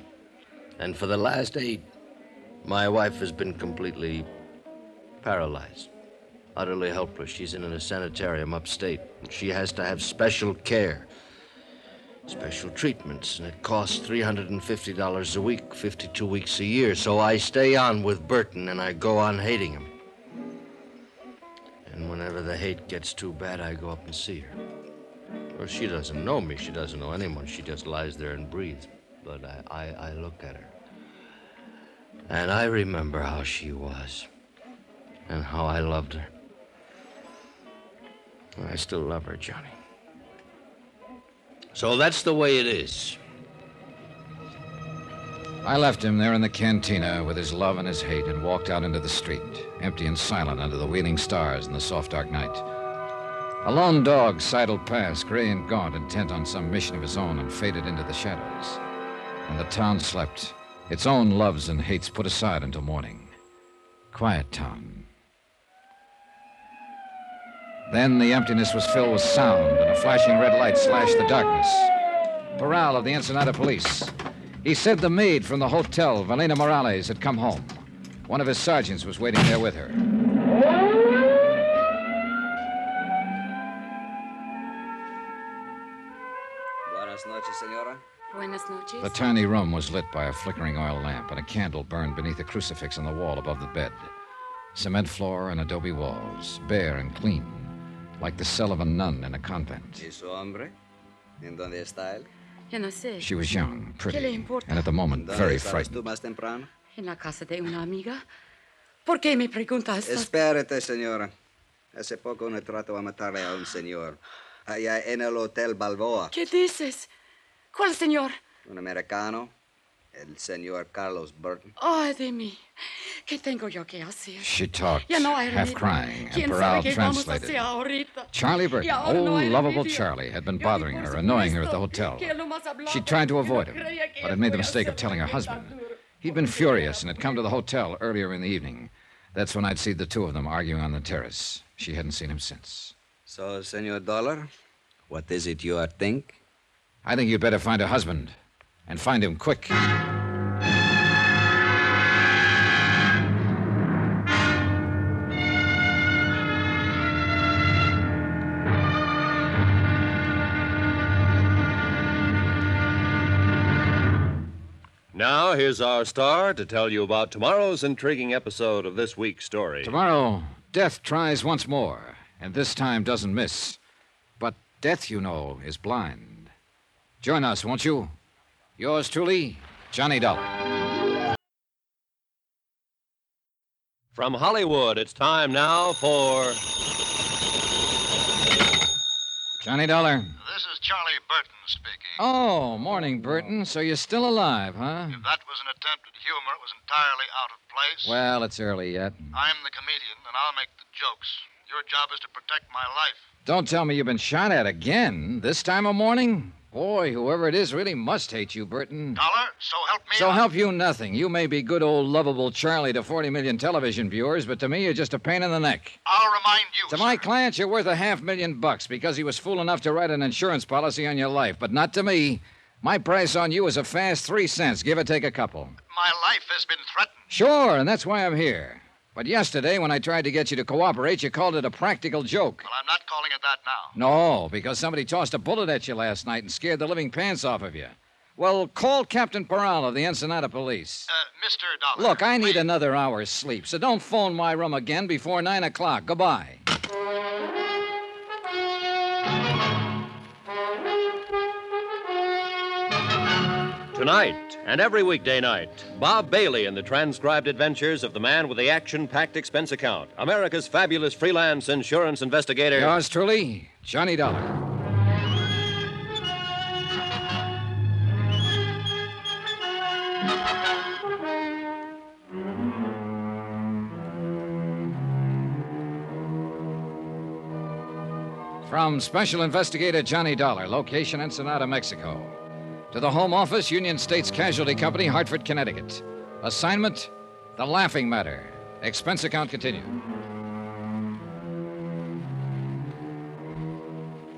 Speaker 2: And for the last 8 my wife has been completely paralyzed. Utterly helpless. She's in a sanitarium upstate. She has to have special care. Special treatments, and it costs $350 a week, 52 weeks a year. So I stay on with Burton and I go on hating him. And whenever the hate gets too bad, I go up and see her. Well, she doesn't know me. She doesn't know anyone. She just lies there and breathes. But I, I, I look at her. And I remember how she was. And how I loved her. And I still love her, Johnny. So that's the way it is.
Speaker 3: I left him there in the cantina with his love and his hate and walked out into the street, empty and silent under the wheeling stars in the soft dark night. A lone dog sidled past, gray and gaunt, intent on some mission of his own, and faded into the shadows. And the town slept, its own loves and hates put aside until morning. Quiet town. Then the emptiness was filled with sound, and a flashing red light slashed the darkness. Parral of the Ensenada police. He said the maid from the hotel, Valena Morales, had come home. One of his sergeants was waiting there with her.
Speaker 10: Buenas noches, senora.
Speaker 11: Buenas noches.
Speaker 3: The tiny room was lit by a flickering oil lamp, and a candle burned beneath a crucifix on the wall above the bed. Cement floor and adobe walls, bare and clean, like the cell of a nun in a convent.
Speaker 10: ¿Y su hombre? ¿En dónde está él?
Speaker 11: Yo no sé.
Speaker 3: She was young,
Speaker 11: ¿Qué le
Speaker 3: pretty,
Speaker 11: importa?
Speaker 3: and at the moment very
Speaker 10: estabas
Speaker 3: frightened.
Speaker 10: tú más temprano?
Speaker 11: En la casa de una amiga. ¿Por qué me preguntas? estas-
Speaker 10: Espérate, señora. Hace poco uno trató a matarle a un señor. Allá en el Hotel Balboa.
Speaker 11: ¿Qué dices? ¿Cuál señor?
Speaker 10: Un americano. El señor Carlos Burton.
Speaker 11: Ay, de mí. ¿Qué tengo yo que hacer?
Speaker 3: She talked,
Speaker 11: Ya no hay
Speaker 3: half
Speaker 11: remedio.
Speaker 3: crying, and
Speaker 11: ¿Quién sabe
Speaker 3: Peral
Speaker 11: qué vamos a
Speaker 3: translated.
Speaker 11: hacer ahorita?
Speaker 3: Charlie
Speaker 11: Y
Speaker 3: Burton,
Speaker 11: ahora oh, no
Speaker 3: old
Speaker 11: hay
Speaker 3: lovable
Speaker 11: remedio.
Speaker 3: Charlie, had been bothering her, annoying her at the hotel.
Speaker 11: Que lo más hablado-
Speaker 3: She tried to
Speaker 11: Yo no
Speaker 3: avoid him,
Speaker 11: creía que
Speaker 3: but
Speaker 11: yo
Speaker 3: had made the
Speaker 11: podía
Speaker 3: mistake of
Speaker 11: hacer
Speaker 3: telling her
Speaker 11: tan
Speaker 3: husband. He'd been furious and had come to the hotel earlier in the evening. That's when I'd seen the two of them arguing on the terrace. She hadn't seen him since.
Speaker 10: So, Senor Dollar, What is it you are think?
Speaker 3: I think you'd better find her husband. And find him quick.
Speaker 12: Now, here's our star to tell you about tomorrow's intriguing episode of this week's story.
Speaker 3: Tomorrow, Death tries once more, and this time doesn't miss. But Death, you know, is blind. Join us, won't you? Yours truly, Johnny Dollar.
Speaker 12: From Hollywood, it's time now for.
Speaker 3: Johnny Dollar.
Speaker 8: This is Charlie Burton speaking.
Speaker 3: Oh, morning, Burton. So you're still alive, huh?
Speaker 8: If that was an attempt at humor, it was entirely out of place.
Speaker 3: Well, it's early yet.
Speaker 8: I'm the comedian, and I'll make the jokes. Your job is to protect my life.
Speaker 3: Don't tell me you've been shot at again this time of morning. Boy, whoever it is really must hate you, Burton.
Speaker 8: Dollar, so help me.
Speaker 3: So help you nothing. You may be good old lovable Charlie to 40 million television viewers, but to me you're just a pain in the neck.
Speaker 8: I'll remind you.
Speaker 3: To my clients, you're worth a half million bucks because he was fool enough to write an insurance policy on your life, but not to me. My price on you is a fast three cents, give or take a couple.
Speaker 8: My life has been threatened.
Speaker 3: Sure, and that's why I'm here. But yesterday, when I tried to get you to cooperate, you called it a practical joke.
Speaker 8: Well, I'm not calling it that now.
Speaker 3: No, because somebody tossed a bullet at you last night and scared the living pants off of you. Well, call Captain Peral of the Ensenada Police.
Speaker 8: Uh, Mr. Dollar.
Speaker 3: Look, I need another hour's sleep, so don't phone my room again before 9 o'clock. Goodbye.
Speaker 12: Tonight and every weekday night, Bob Bailey in the transcribed adventures of the man with the action packed expense account, America's fabulous freelance insurance investigator.
Speaker 3: Yours truly, Johnny Dollar. From Special Investigator Johnny Dollar, location Ensenada, Mexico. To the Home Office, Union States Casualty Company, Hartford, Connecticut. Assignment The Laughing Matter. Expense account continued.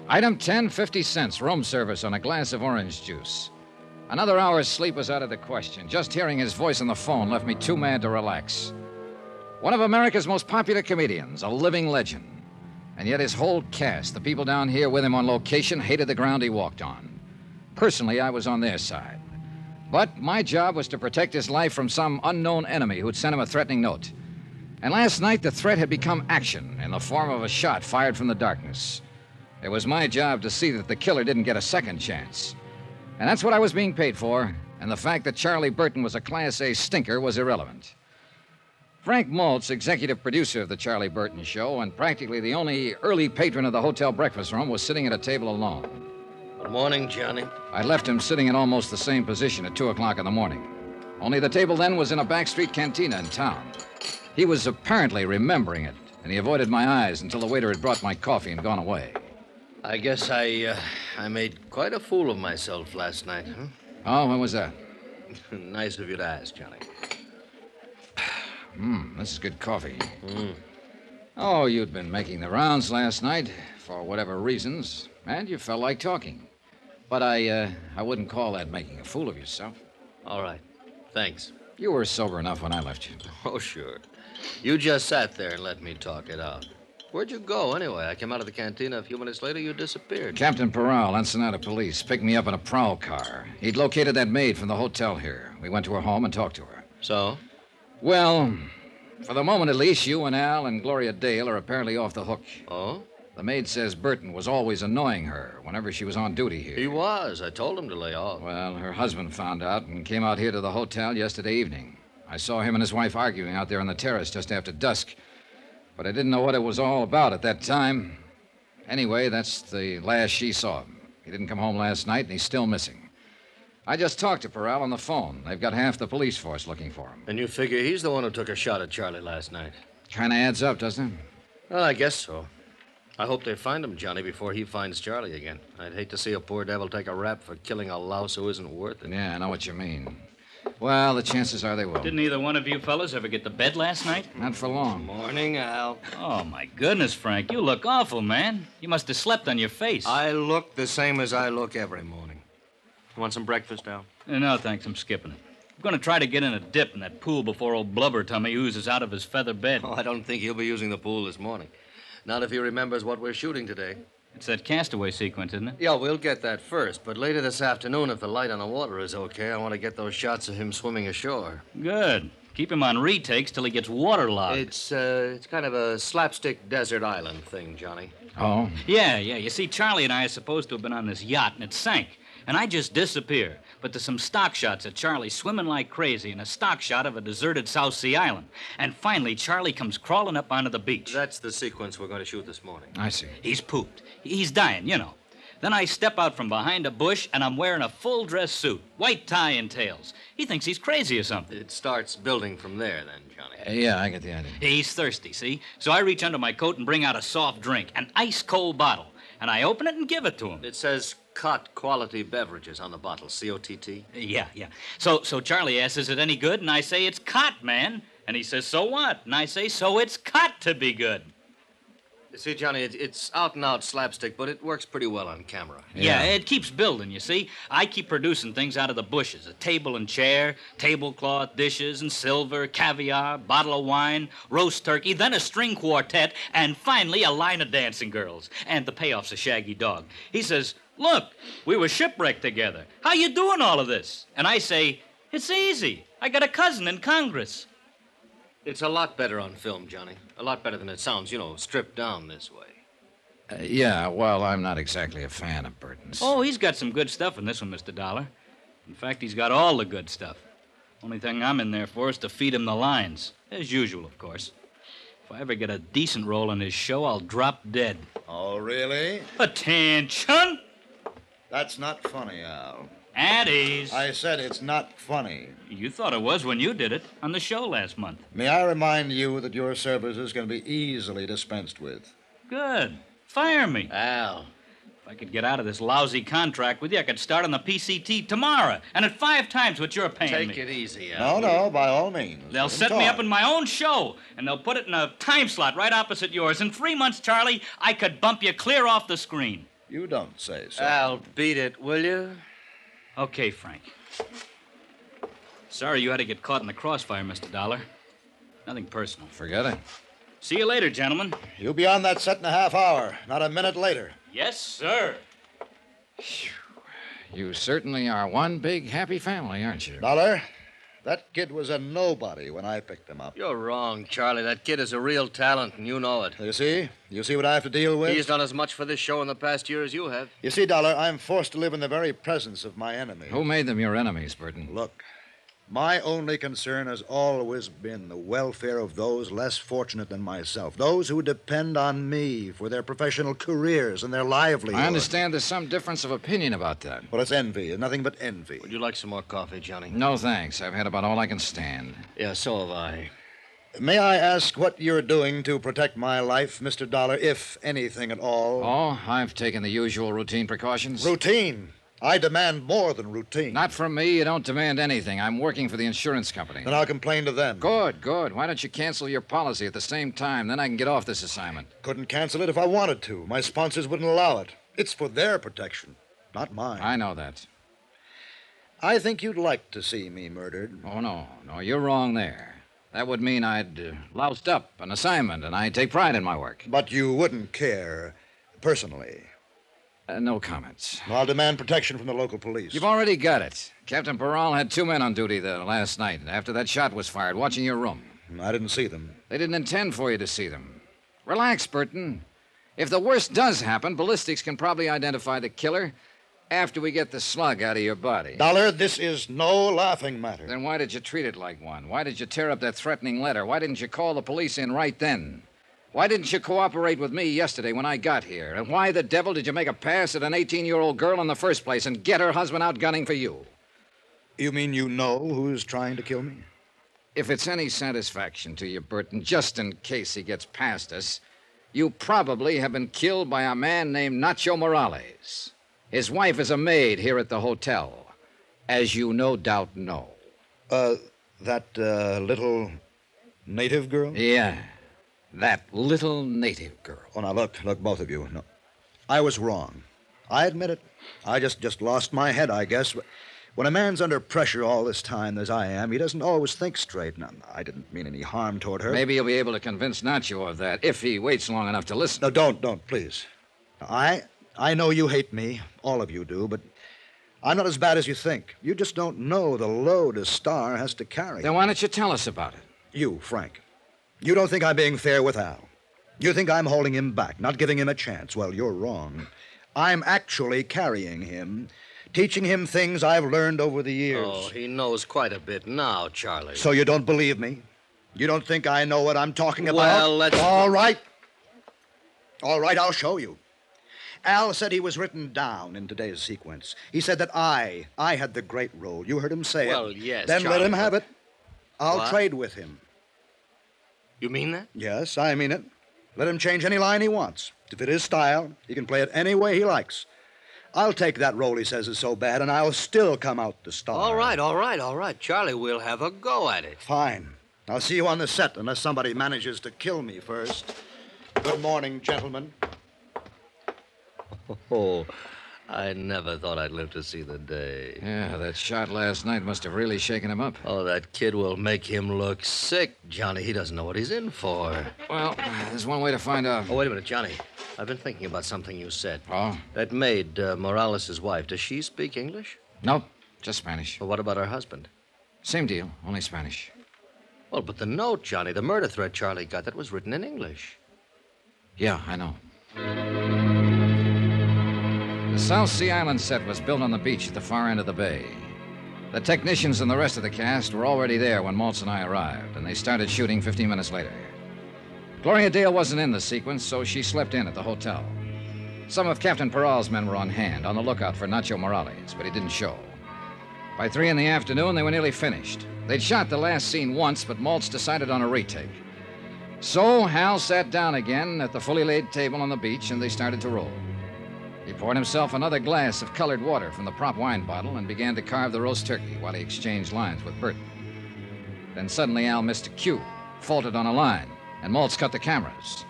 Speaker 3: Item 10, 50 cents, room service on a glass of orange juice. Another hour's sleep was out of the question. Just hearing his voice on the phone left me too mad to relax. One of America's most popular comedians, a living legend. And yet his whole cast, the people down here with him on location, hated the ground he walked on. Personally, I was on their side. But my job was to protect his life from some unknown enemy who'd sent him a threatening note. And last night, the threat had become action in the form of a shot fired from the darkness. It was my job to see that the killer didn't get a second chance. And that's what I was being paid for, and the fact that Charlie Burton was a Class A stinker was irrelevant. Frank Maltz, executive producer of The Charlie Burton Show, and practically the only early patron of the hotel breakfast room, was sitting at a table alone.
Speaker 2: Good morning, Johnny.
Speaker 3: I left him sitting in almost the same position at 2 o'clock in the morning. Only the table then was in a back street cantina in town. He was apparently remembering it, and he avoided my eyes until the waiter had brought my coffee and gone away.
Speaker 2: I guess I uh, I made quite a fool of myself last night, huh? [LAUGHS]
Speaker 3: Oh, when was that?
Speaker 2: nice of you to ask, Johnny.
Speaker 3: Mmm, this is good coffee. Oh, you'd been making the rounds last night for whatever reasons, and you felt like talking. But I, uh, I wouldn't call that making a fool of yourself.
Speaker 2: All right. Thanks. [LAUGHS]
Speaker 3: You were sober enough when I left you.
Speaker 2: Oh, sure. You just sat there and let me talk it out. Where'd you go, anyway? I came out of the cantina a few minutes later. You disappeared.
Speaker 3: Captain Peral, Ensenada Police, picked me up in a prowl car. He'd located that maid from the hotel here. We went to her home and talked to her.
Speaker 2: So?
Speaker 3: Well, for the moment at least, you and Al and Gloria Dale are apparently off the hook.
Speaker 2: Oh?
Speaker 3: The maid says Burton was always annoying her whenever she was on duty here.
Speaker 2: He was. I told him to lay off.
Speaker 3: Well, her husband found out and came out here to the hotel yesterday evening. I saw him and his wife arguing out there on the terrace just after dusk, but I didn't know what it was all about at that time. Anyway, that's the last she saw of him. He didn't come home last night, and he's still missing. I just talked to Peral on the phone. They've got half the police force looking for him.
Speaker 2: And you figure he's the one who took a shot at Charlie last night?
Speaker 3: Kind of adds up, doesn't it?
Speaker 2: Well, I guess so. I hope they find him, Johnny, before he finds Charlie again. I'd hate to see a poor devil take a rap for killing a louse who isn't worth it.
Speaker 3: Yeah, I know what you mean. Well, the chances are they will.
Speaker 13: Didn't either one of you fellas ever get to bed last night?
Speaker 3: Not for long.
Speaker 13: Morning, Al. Oh, my goodness, Frank. You look awful, man. You must have slept on your face.
Speaker 2: I look the same as I look every morning. You want some breakfast, Al?
Speaker 13: Uh, No, thanks. I'm skipping it. I'm going to try to get in a dip in that pool before old Blubber Tummy oozes out of his feather bed.
Speaker 2: Oh, I don't think he'll be using the pool this morning. Not if he remembers what we're shooting today.
Speaker 13: It's that castaway sequence, isn't it?
Speaker 2: Yeah, we'll get that first, but later this afternoon, if the light on the water is okay, I want to get those shots of him swimming ashore.
Speaker 13: Good. Keep him on retakes till he gets waterlogged.
Speaker 2: It's uh, it's kind of a slapstick desert island thing, Johnny.
Speaker 3: Oh.
Speaker 13: Yeah, yeah. You see, Charlie and I are supposed to have been on this yacht, and it sank. And I just disappear. But there's some stock shots of Charlie swimming like crazy and a stock shot of a deserted South Sea island. And finally, Charlie comes crawling up onto the beach.
Speaker 2: That's the sequence we're going to shoot this morning.
Speaker 3: I see.
Speaker 13: He's pooped. He's dying, you know. Then I step out from behind a bush, and I'm wearing a full dress suit, white tie and tails. He thinks he's crazy or something.
Speaker 2: It starts building from there, then, Johnny.
Speaker 3: yeah, I get the idea.
Speaker 13: He's thirsty, see? So I reach under my coat and bring out a soft drink, an ice cold bottle. And I open it and give it to him.
Speaker 2: It says Cott Quality Beverages on the bottle, C O T T.
Speaker 13: Yeah, yeah. So, so Charlie asks, is it any good? And I say, it's cot, man. And he says, so what? And I say, so it's cot to be good.
Speaker 2: See, Johnny, it, it's out and out slapstick, but it works pretty well on camera.
Speaker 13: Yeah. it keeps building, you see. I keep producing things out of the bushes a table and chair, tablecloth, dishes and silver, caviar, bottle of wine, roast turkey, then a string quartet, and finally a line of dancing girls. And the payoff's a shaggy dog. He says, Look, we were shipwrecked together. How you doing all of this? And I say, It's easy. I got a cousin in Congress.
Speaker 2: It's a lot better on film, Johnny. A lot better than it sounds, you know, stripped down this way.
Speaker 3: Uh, yeah, well, I'm not exactly a fan of Burton.
Speaker 13: Oh, he's got some good stuff in this one, Mr. Dollar. In fact, he's got all the good stuff. Only thing I'm in there for is to feed him the lines. As usual, of course. If I ever get a decent role in his show, I'll drop dead.
Speaker 4: Oh, really?
Speaker 13: Attention!
Speaker 4: That's not funny, Al.
Speaker 13: At ease.
Speaker 4: I said it's not funny.
Speaker 13: You thought it was when you did it on the show last month.
Speaker 4: May I remind you that your services can be easily dispensed with?
Speaker 13: Good. Fire me. Al. If I could get out of this lousy contract with you, I could start on the PCT tomorrow, and at five times what you're paying me.
Speaker 2: Take it easy, Al.
Speaker 4: No, no, by all means.
Speaker 13: They'll
Speaker 4: Let 'em
Speaker 13: set me
Speaker 4: talk.
Speaker 13: up in my own show, and they'll put it in a time slot right opposite yours. In three months, Charlie, I could bump you clear off the screen.
Speaker 4: You don't say so.
Speaker 13: Al, beat it, will you? Okay, Frank. Sorry you had to get caught in the crossfire, Mr. Dollar. Nothing personal.
Speaker 3: Forget it.
Speaker 13: See you later, gentlemen.
Speaker 4: You'll be on that set in a half hour, not a minute later.
Speaker 13: Yes, sir.
Speaker 3: You certainly are one big happy family, aren't you?
Speaker 4: Dollar, that kid was a nobody when I picked him up.
Speaker 2: You're wrong, Charlie. That kid is a real talent, and you know it.
Speaker 4: You see? You see what I have to deal with?
Speaker 2: He's done as much for this show in the past year as you have.
Speaker 4: You see, Dollar, I'm forced to live in the very presence of my enemy.
Speaker 3: Who made them your enemies, Burton?
Speaker 4: Look, my only concern has always been the welfare of those less fortunate than myself, those who depend on me for their professional careers and their livelihood.
Speaker 3: I understand there's some difference of opinion about that.
Speaker 4: Well, it's envy, and nothing but envy.
Speaker 2: Would you like some more coffee, Johnny?
Speaker 3: No thanks. I've had about all I can stand.
Speaker 2: Yeah, so have I.
Speaker 4: May I ask what you're doing to protect my life, Mr. Dollar, if anything at all?
Speaker 3: Oh, I've taken the usual routine precautions.
Speaker 4: Routine? I demand more than routine.
Speaker 3: Not from me. You don't demand anything. I'm working for the insurance company.
Speaker 4: Then I'll complain to them.
Speaker 3: Good, good. Why don't you cancel your policy at the same time? Then I can get off this assignment.
Speaker 4: Couldn't cancel it if I wanted to. My sponsors wouldn't allow it. It's for their protection, not mine.
Speaker 3: I know that.
Speaker 4: I think you'd like to see me murdered.
Speaker 3: Oh, no. No, you're wrong there. That would mean I'd uh, loused up an assignment, and I take pride in my work.
Speaker 4: But you wouldn't care, personally.
Speaker 3: Uh, no comments.
Speaker 4: I'll demand protection from the local police.
Speaker 3: You've already got it. Captain Peral had two men on duty there last night after that shot was fired, watching your room.
Speaker 4: I didn't see them.
Speaker 3: They didn't intend for you to see them. Relax, Burton. If the worst does happen, ballistics can probably identify the killer after we get the slug out of your body.
Speaker 4: Dollar, this is no laughing matter.
Speaker 3: Then why did you treat it like one? Why did you tear up that threatening letter? Why didn't you call the police in right then? Why didn't you cooperate with me yesterday when I got here? And why the devil did you make a pass at an 18 year old girl in the first place and get her husband out gunning for you?
Speaker 4: You mean you know who's trying to kill me?
Speaker 3: If it's any satisfaction to you, Burton, just in case he gets past us, you probably have been killed by a man named Nacho Morales. His wife is a maid here at the hotel, as you no doubt know.
Speaker 4: Uh, that uh, little native girl?
Speaker 3: Yeah. That little native girl.
Speaker 4: Oh, now look, look, both of you. No, I was wrong. I admit it. I just just lost my head, I guess. But when a man's under pressure all this time, as I am, he doesn't always think straight. Now, I didn't mean any harm toward her.
Speaker 3: Maybe you'll be able to convince Nacho of that if he waits long enough to listen.
Speaker 4: No, don't, don't, please. I I know you hate me. All of you do, but I'm not as bad as you think. You just don't know the load a star has to carry.
Speaker 3: Then why don't you tell us about it?
Speaker 4: You, Frank. You don't think I'm being fair with Al. You think I'm holding him back, not giving him a chance. Well, you're wrong. I'm actually carrying him, teaching him things I've learned over the years.
Speaker 2: Oh, he knows quite a bit now, Charlie.
Speaker 4: So you don't believe me? You don't think I know what I'm talking about?
Speaker 2: Well, let's-
Speaker 4: All right. All right, I'll show you. Al said he was written down in today's sequence. He said that I, I had the great role. You heard him say it.
Speaker 2: Well, yes,
Speaker 4: Then let
Speaker 2: Charlie,
Speaker 4: him have it. I'll
Speaker 2: What?
Speaker 4: trade with him.
Speaker 2: You mean that?
Speaker 4: Yes, I mean it. Let him change any line he wants. To fit his style, he can play it any way he likes. I'll take that role he says is so bad, and I'll still come out the star.
Speaker 2: All right, all right, all right, Charlie. We'll have a go at it.
Speaker 4: Fine. I'll see you on the set unless somebody manages to kill me first. Good morning, gentlemen.
Speaker 2: Oh, I never thought I'd live to see the day.
Speaker 3: Yeah, that shot last night must have really shaken him up.
Speaker 2: Oh, that kid will make him look sick, Johnny. He doesn't know what he's in for.
Speaker 3: Well, there's one way to find out.
Speaker 2: Oh, wait a minute, Johnny. I've been thinking about something you said.
Speaker 3: Oh?
Speaker 2: That maid, uh, Morales' wife, does she speak English?
Speaker 3: No, just Spanish.
Speaker 2: Well, what about her husband?
Speaker 3: Same deal, only Spanish.
Speaker 2: Well, but the note, Johnny, the murder threat Charlie got, that was written in English.
Speaker 3: Yeah, I know. The South Sea Island set was built on the beach at the far end of the bay. The technicians and the rest of the cast were already there when Maltz and I arrived, and they started shooting 15 minutes later. Gloria Dale wasn't in the sequence, so she slept in at the hotel. Some of Captain Peral's men were on hand, on the lookout for Nacho Morales, but he didn't show. By three in the afternoon, they were nearly finished. They'd shot the last scene once, but Maltz decided on a retake. So Hal sat down again at the fully laid table on the beach and they started to roll. He poured himself another glass of colored water from the prop wine bottle and began to carve the roast turkey while he exchanged lines with Burton. Then suddenly Al missed a cue, faltered on a line, and Maltz cut the cameras.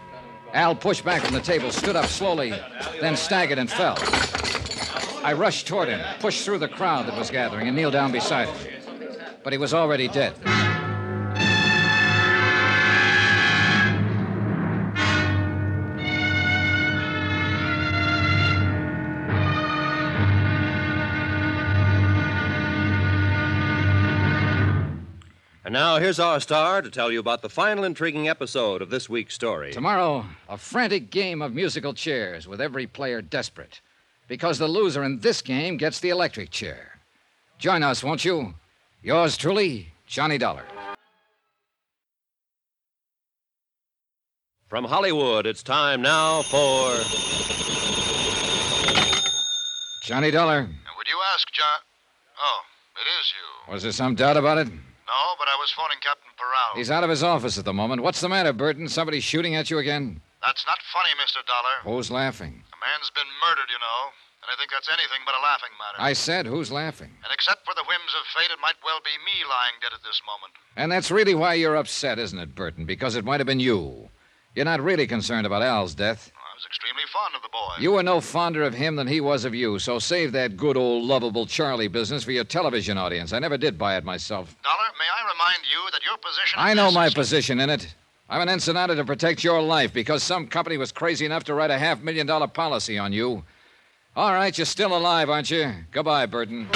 Speaker 3: Al pushed back from the table, stood up slowly, then staggered and fell. I rushed toward him, pushed through the crowd that was gathering, and kneeled down beside him. But he was already dead.
Speaker 14: And now here's our star to tell you about the final intriguing episode of this week's story.
Speaker 3: Tomorrow, a frantic game of musical chairs with every player desperate because the loser in this game gets the electric chair. Join us, won't you? Yours truly, Johnny Dollar.
Speaker 14: From Hollywood, it's time now for.
Speaker 3: Johnny Dollar,
Speaker 15: Would you ask John? Oh, it is you.
Speaker 3: was there some doubt about it?
Speaker 15: No, but I was phoning Captain Peral.
Speaker 3: He's out of his office at the moment. What's the matter, Burton? Somebody shooting at you again?
Speaker 15: That's not funny, Mr. Dollar.
Speaker 3: Who's laughing?
Speaker 15: A man's been murdered, you know, and I think that's anything but a laughing matter.
Speaker 3: I said, who's laughing?
Speaker 15: And except for the whims of fate, it might well be me lying dead at this moment.
Speaker 3: And that's really why you're upset, isn't it, Burton? Because it might have been you. You're not really concerned about Al's death.
Speaker 15: I was extremely fond of the boy.
Speaker 3: You were no fonder of him than he was of you, so save that good old lovable Charlie business for your television audience. I never did buy it myself.
Speaker 15: Dollar, may I remind you that your position.
Speaker 3: I know my position in it. I'm an ensenada to protect your life because some company was crazy enough to write a half million dollar policy on you. All right, you're still alive, aren't you? Goodbye, Burton.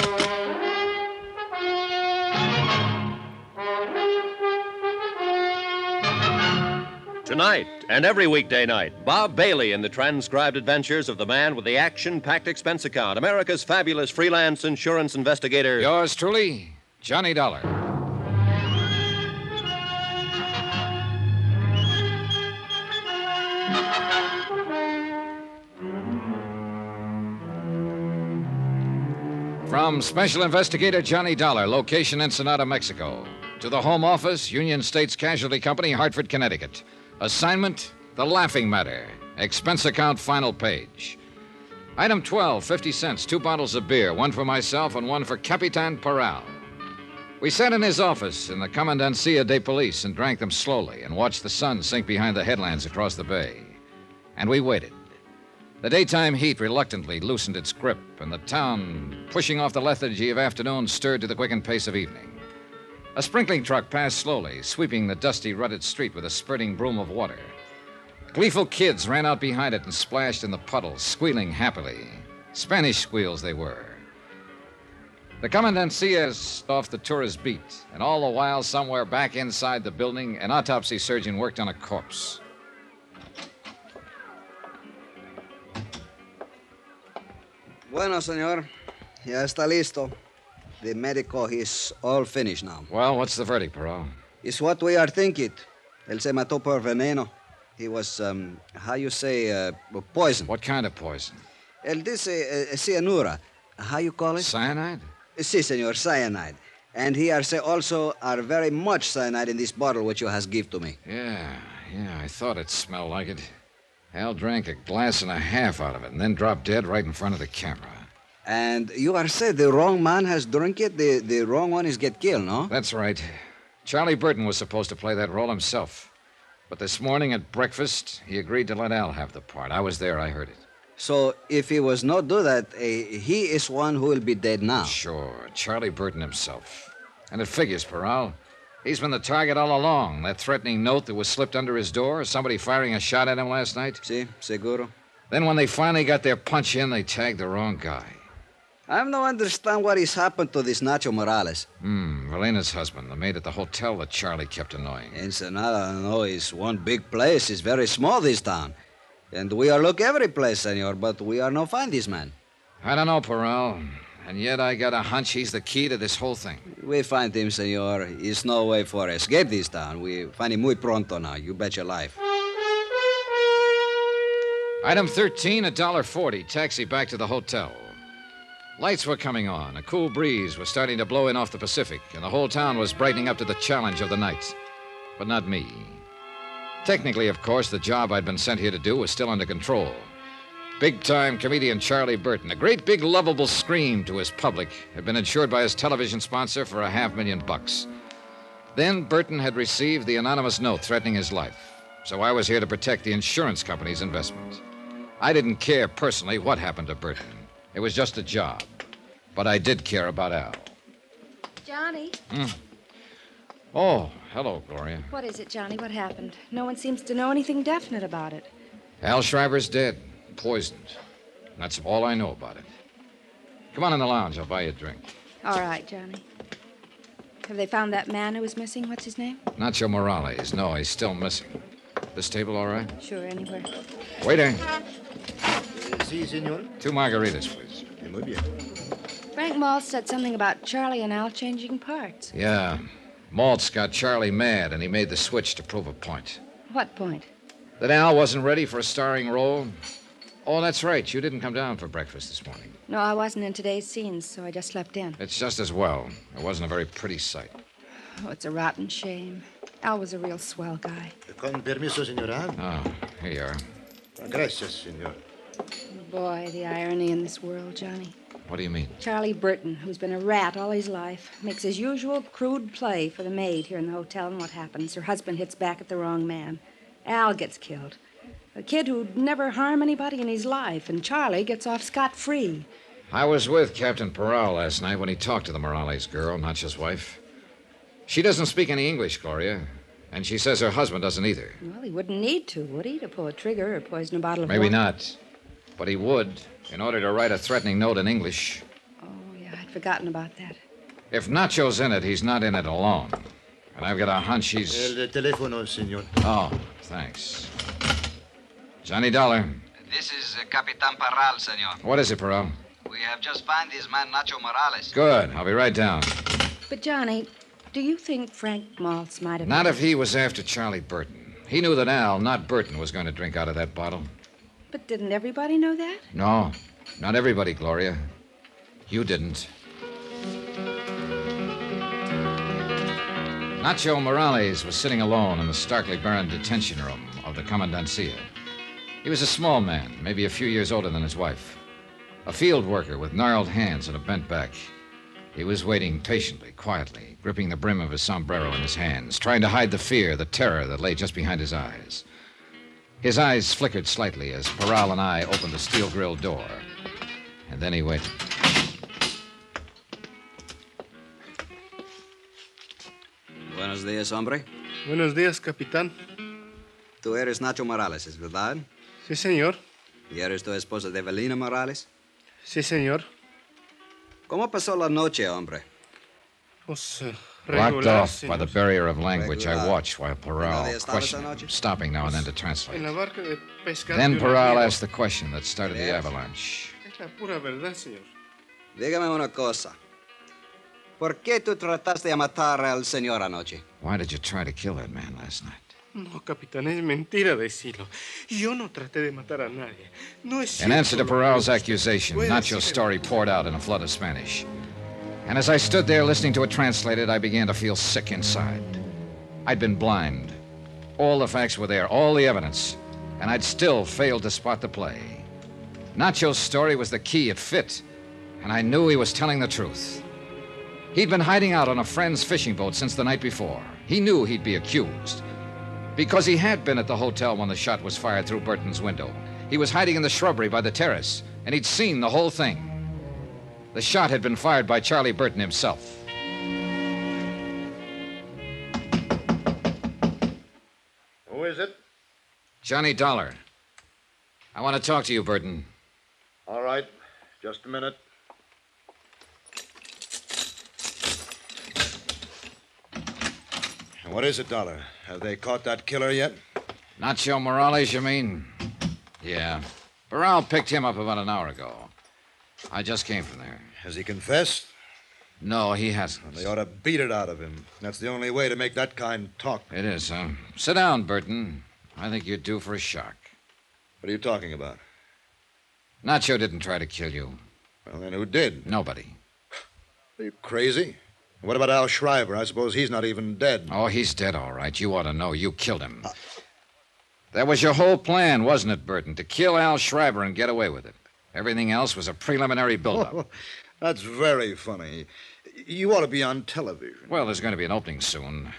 Speaker 14: Tonight and every weekday night, Bob Bailey in the transcribed adventures of the man with the action packed expense account, America's fabulous freelance insurance investigator.
Speaker 3: Yours truly, Johnny Dollar. From Special Investigator Johnny Dollar, location Ensenada, Mexico, to the Home Office, Union States Casualty Company, Hartford, Connecticut. Assignment The Laughing Matter. Expense account, final page. Item 12, 50 cents, two bottles of beer, one for myself and one for Capitan Peral. We sat in his office in the Commandancia de Police and drank them slowly and watched the sun sink behind the headlands across the bay. And we waited. The daytime heat reluctantly loosened its grip, and the town, pushing off the lethargy of afternoon, stirred to the quickened pace of evening. A sprinkling truck passed slowly, sweeping the dusty, rutted street with a spurting broom of water. Gleeful kids ran out behind it and splashed in the puddles, squealing happily. Spanish squeals they were. The commandancia is off the tourist beat, and all the while, somewhere back inside the building, an autopsy surgeon worked on a corpse.
Speaker 4: Bueno, señor. Ya está listo. The medico is all finished now.
Speaker 3: Well, what's the verdict, Perot?
Speaker 4: It's what we are thinking. El se mató por veneno. He was, um, how you say, uh, poison.
Speaker 3: What kind of poison?
Speaker 4: El dice uh, uh, cyanura. How you call it?
Speaker 3: Cyanide?
Speaker 4: Si, senor, cyanide. And here say also are very much cyanide in this bottle which you has give to me.
Speaker 3: Yeah, yeah, I thought it smelled like it. Al drank a glass and a half out of it and then dropped dead right in front of the camera.
Speaker 4: And you are said the wrong man has drink it, the, the wrong one is get killed, no?
Speaker 3: That's right. Charlie Burton was supposed to play that role himself. But this morning at breakfast, he agreed to let Al have the part. I was there, I heard it.
Speaker 4: So if he was not do that, uh, he is one who will be dead now.
Speaker 3: Sure, Charlie Burton himself. And it figures, Peral. He's been the target all along. That threatening note that was slipped under his door, somebody firing a shot at him last night.
Speaker 4: Si, seguro.
Speaker 3: Then when they finally got their punch in, they tagged the wrong guy.
Speaker 4: I don't understand what has happened to this Nacho Morales.
Speaker 3: Hmm, Velena's husband, the maid at the hotel that Charlie kept annoying.
Speaker 4: Ensenada, I don't know, is one big place. It's very small, this town. And we are look every place, senor, but we are no find this man.
Speaker 3: I don't know, Peral. And yet I got a hunch he's the key to this whole thing.
Speaker 4: We find him, senor. Is no way for escape this town. We find him muy pronto now. You bet your life.
Speaker 3: Item 13, a dollar forty. Taxi back to the hotel. Lights were coming on. A cool breeze was starting to blow in off the Pacific, and the whole town was brightening up to the challenge of the night. But not me. Technically, of course, the job I'd been sent here to do was still under control. Big time comedian Charlie Burton, a great big lovable scream to his public, had been insured by his television sponsor for a half million bucks. Then Burton had received the anonymous note threatening his life, so I was here to protect the insurance company's investment. I didn't care personally what happened to Burton. It was just a job. But I did care about Al.
Speaker 6: Johnny?
Speaker 3: Mm. Oh, hello, Gloria.
Speaker 6: What is it, Johnny? What happened? No one seems to know anything definite about it.
Speaker 3: Al Shriver's dead, poisoned. That's all I know about it. Come on in the lounge. I'll buy you a drink.
Speaker 6: All right, Johnny. Have they found that man who was missing? What's his name?
Speaker 3: Nacho Morales. No, he's still missing. This table all right?
Speaker 6: Sure, anywhere.
Speaker 3: Waiter.
Speaker 2: Si, senor.
Speaker 3: Two margaritas, please.
Speaker 2: Muy bien.
Speaker 6: Frank Malt said something about Charlie and Al changing parts.
Speaker 3: Yeah. Maltz got Charlie mad, and he made the switch to prove a point.
Speaker 6: What point?
Speaker 3: That Al wasn't ready for a starring role. Oh, that's right. You didn't come down for breakfast this morning.
Speaker 6: No, I wasn't in today's scenes, so I just slept in.
Speaker 3: It's just as well. It wasn't a very pretty sight.
Speaker 6: Oh, it's a rotten shame. Al was a real swell guy.
Speaker 2: Con permiso, senora.
Speaker 3: Oh, here you are.
Speaker 2: Gracias, senor.
Speaker 6: Boy, the irony in this world, Johnny.
Speaker 3: What do you mean?
Speaker 6: Charlie Burton, who's been a rat all his life, makes his usual crude play for the maid here in the hotel, and what happens? Her husband hits back at the wrong man. Al gets killed. A kid who'd never harm anybody in his life, and Charlie gets off scot free.
Speaker 3: I was with Captain Peral last night when he talked to the Morales girl, not his wife. She doesn't speak any English, Gloria, and she says her husband doesn't either.
Speaker 6: Well, he wouldn't need to, would he, to pull a trigger or poison a bottle of
Speaker 3: Maybe
Speaker 6: wine?
Speaker 3: not. But he would, in order to write a threatening note in English.
Speaker 6: Oh, yeah, I'd forgotten about that.
Speaker 3: If Nacho's in it, he's not in it alone. And I've got a hunch he's.
Speaker 2: El teléfono, senor.
Speaker 3: Oh, thanks. Johnny Dollar.
Speaker 16: This is uh, Capitan Parral, senor.
Speaker 3: What is it, Perot?
Speaker 16: We have just found this man, Nacho Morales.
Speaker 3: Good. I'll be right down.
Speaker 6: But, Johnny, do you think Frank Maltz might have.
Speaker 3: Not if he was after Charlie Burton. He knew that Al, not Burton, was going to drink out of that bottle.
Speaker 6: But didn't everybody know that?
Speaker 3: No, not everybody, Gloria. You didn't. Nacho Morales was sitting alone in the starkly barren detention room of the Commandancia. He was a small man, maybe a few years older than his wife, a field worker with gnarled hands and a bent back. He was waiting patiently, quietly, gripping the brim of his sombrero in his hands, trying to hide the fear, the terror that lay just behind his eyes. His eyes flickered slightly as Peral and I opened the steel grille door. And then he waited.
Speaker 4: Buenos dias, hombre.
Speaker 17: Buenos días, capitán.
Speaker 4: Tú eres Nacho Morales, ¿es verdad?
Speaker 17: Sí, señor.
Speaker 4: ¿Y eres tu esposa de Evelina Morales?
Speaker 17: Sí, señor.
Speaker 4: ¿Cómo pasó la noche, hombre?
Speaker 17: Pues, eh,
Speaker 3: Blocked
Speaker 17: regular,
Speaker 3: off by
Speaker 17: señor.
Speaker 3: the barrier of language, I watched while
Speaker 17: Regular.
Speaker 3: Peral questioned him, stopping now and then to translate.
Speaker 17: En la barca de pescar.
Speaker 3: Then
Speaker 17: de un
Speaker 3: Peral
Speaker 17: amigo.
Speaker 3: asked the question that started the avalanche.
Speaker 17: Es la pura verdad, señor.
Speaker 4: Dígame una cosa. ¿Por qué tú trataste de matar al señor anoche?
Speaker 3: Why did you try to kill that man last night?
Speaker 17: No, capitán, es mentira decirlo. Yo no traté de matar a nadie. No es
Speaker 3: In
Speaker 17: cierto
Speaker 3: answer to
Speaker 17: lo-
Speaker 3: Peral's accusation,
Speaker 17: Wait a
Speaker 3: Nacho's story poured out in a flood of Spanish. And as I stood there listening to it translated, I began to feel sick inside. I'd been blind. All the facts were there, all the evidence, and I'd still failed to spot the play. Nacho's story was the key, it fit, and I knew he was telling the truth. He'd been hiding out on a friend's fishing boat since the night before. He knew he'd be accused. Because he had been at the hotel when the shot was fired through Burton's window. He was hiding in the shrubbery by the terrace, and he'd seen the whole thing. The shot had been fired by Charlie Burton himself.
Speaker 18: Who is it?
Speaker 3: Johnny Dollar. I want to talk to you, Burton.
Speaker 18: All right. Just a minute.
Speaker 2: What is it, Dollar? Have they caught that killer yet?
Speaker 3: Nacho Morales, you mean? Yeah. Barral picked him up about an hour ago. I just came from there.
Speaker 2: Has he confessed?
Speaker 3: No, he hasn't.
Speaker 2: They ought to beat it out of him. That's the only way to make that kind talk.
Speaker 3: It is, huh? Sit down, Burton. I think you're due for a shock.
Speaker 2: What are you talking about?
Speaker 3: Nacho didn't try to kill you.
Speaker 2: Well, then who did?
Speaker 3: Nobody.
Speaker 2: Are you crazy? What about Al Shriver? I suppose he's not even dead.
Speaker 3: Oh, he's dead, all right. You ought to know. You killed him.
Speaker 2: Uh.
Speaker 3: That was your whole plan, wasn't it, Burton? To kill Al Schreiber and get away with it. Everything else was a preliminary buildup.
Speaker 2: Oh, That's very funny. You ought to be on television.
Speaker 3: Well, there's going to be an opening soon.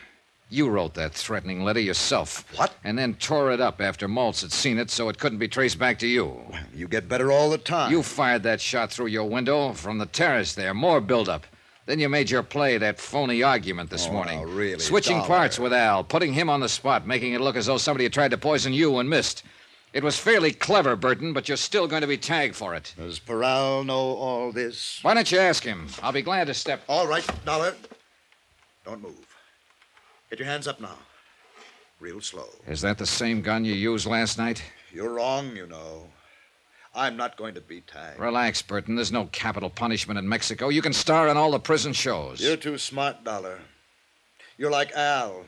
Speaker 3: You wrote that threatening letter yourself. What? And then tore it up after Maltz had seen it so it couldn't be traced back to you.
Speaker 2: You get better all the time.
Speaker 3: You fired that shot through your window from the terrace there. More buildup. Then you made your play, that phony argument this
Speaker 2: Oh,
Speaker 3: morning.
Speaker 2: now, really,
Speaker 3: Switching
Speaker 2: Dollar.
Speaker 3: parts with Al, putting him on the spot, making it look as though somebody had tried to poison you and missed. It was fairly clever, Burton, but you're still going to be tagged for it.
Speaker 2: Does Peral know all this?
Speaker 3: Why don't you ask him? I'll be glad to step.
Speaker 2: All right, Dollar. Don't move. Get your hands up now. Real slow.
Speaker 3: Is that the same gun you used last night?
Speaker 2: You're wrong, you know. I'm not going to be tagged.
Speaker 3: Relax, Burton. There's no capital punishment in Mexico. You can star in all the prison shows.
Speaker 2: You're too smart, Dollar. You're like Al.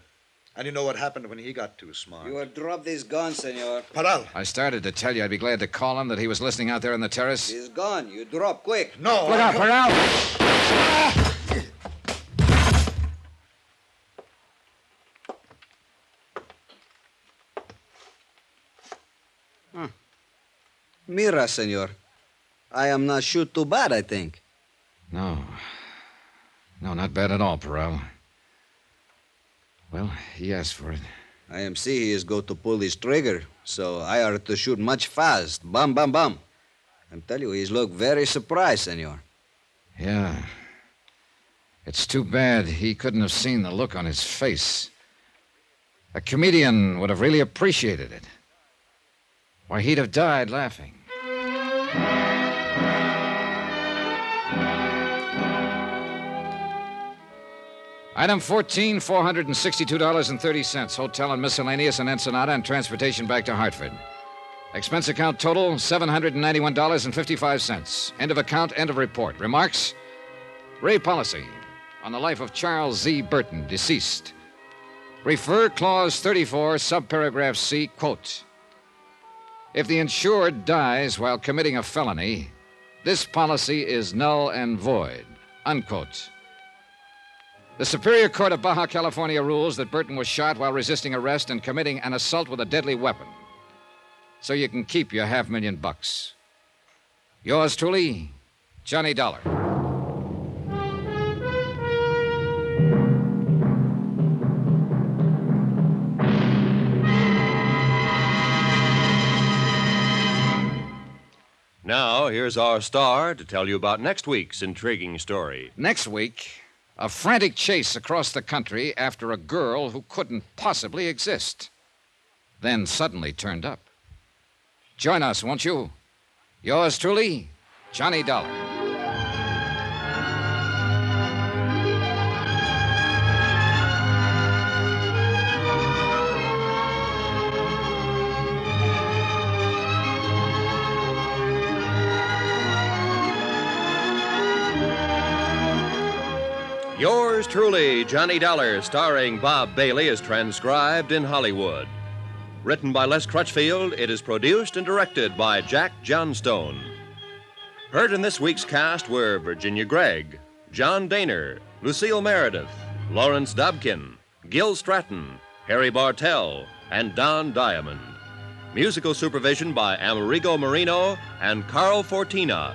Speaker 2: And you know what happened when he got too smart.
Speaker 4: You will drop this gun, senor.
Speaker 2: Peral.
Speaker 3: I started to tell you I'd be glad to call him that he was listening out there on the terrace.
Speaker 4: This gun, you drop quick.
Speaker 2: No.
Speaker 3: Look out, Peral!
Speaker 4: Mira, senor. I am not shoot too bad, I think.
Speaker 3: No. No, not bad at all, Peral. Well, he asked for it.
Speaker 4: IMC he is go to pull his trigger, so I are to shoot much fast. Bam, bam, bam. I'm tell you, he's look very surprised, senor.
Speaker 3: Yeah. It's too bad he couldn't have seen the look on his face. A comedian would have really appreciated it. Why, he'd have died laughing. Item 14, $462.30. Hotel and miscellaneous in Ensenada and transportation back to Hartford. Expense account total $791.55. End of account, end of report. Remarks Ray Policy on the life of Charles Z. Burton, deceased. Refer clause 34, subparagraph C, quote. If the insured dies while committing a felony, this policy is null and void, unquote. The Superior Court of Baja California rules that Burton was shot while resisting arrest and committing an assault with a deadly weapon so you can keep your half million bucks. Yours truly, Johnny Dollar.
Speaker 2: now, here's our star to tell you about next week's intriguing story.
Speaker 3: Next week, a frantic chase across the country after a girl who couldn't possibly exist, then suddenly turned up. Join us, won't you? Yours truly, Johnny Dollar.
Speaker 2: Yours truly, Johnny Dollar, starring Bob Bailey, is transcribed in Hollywood. Written by Les Crutchfield, it is produced and directed by Jack Johnstone. Heard in this week's cast were Virginia Gregg, John Daner, Lucille Meredith, Lawrence Dobkin, Gil Stratton, Harry Bartell, and Don Diamond. Musical supervision by Amerigo Marino and Carl Fortina.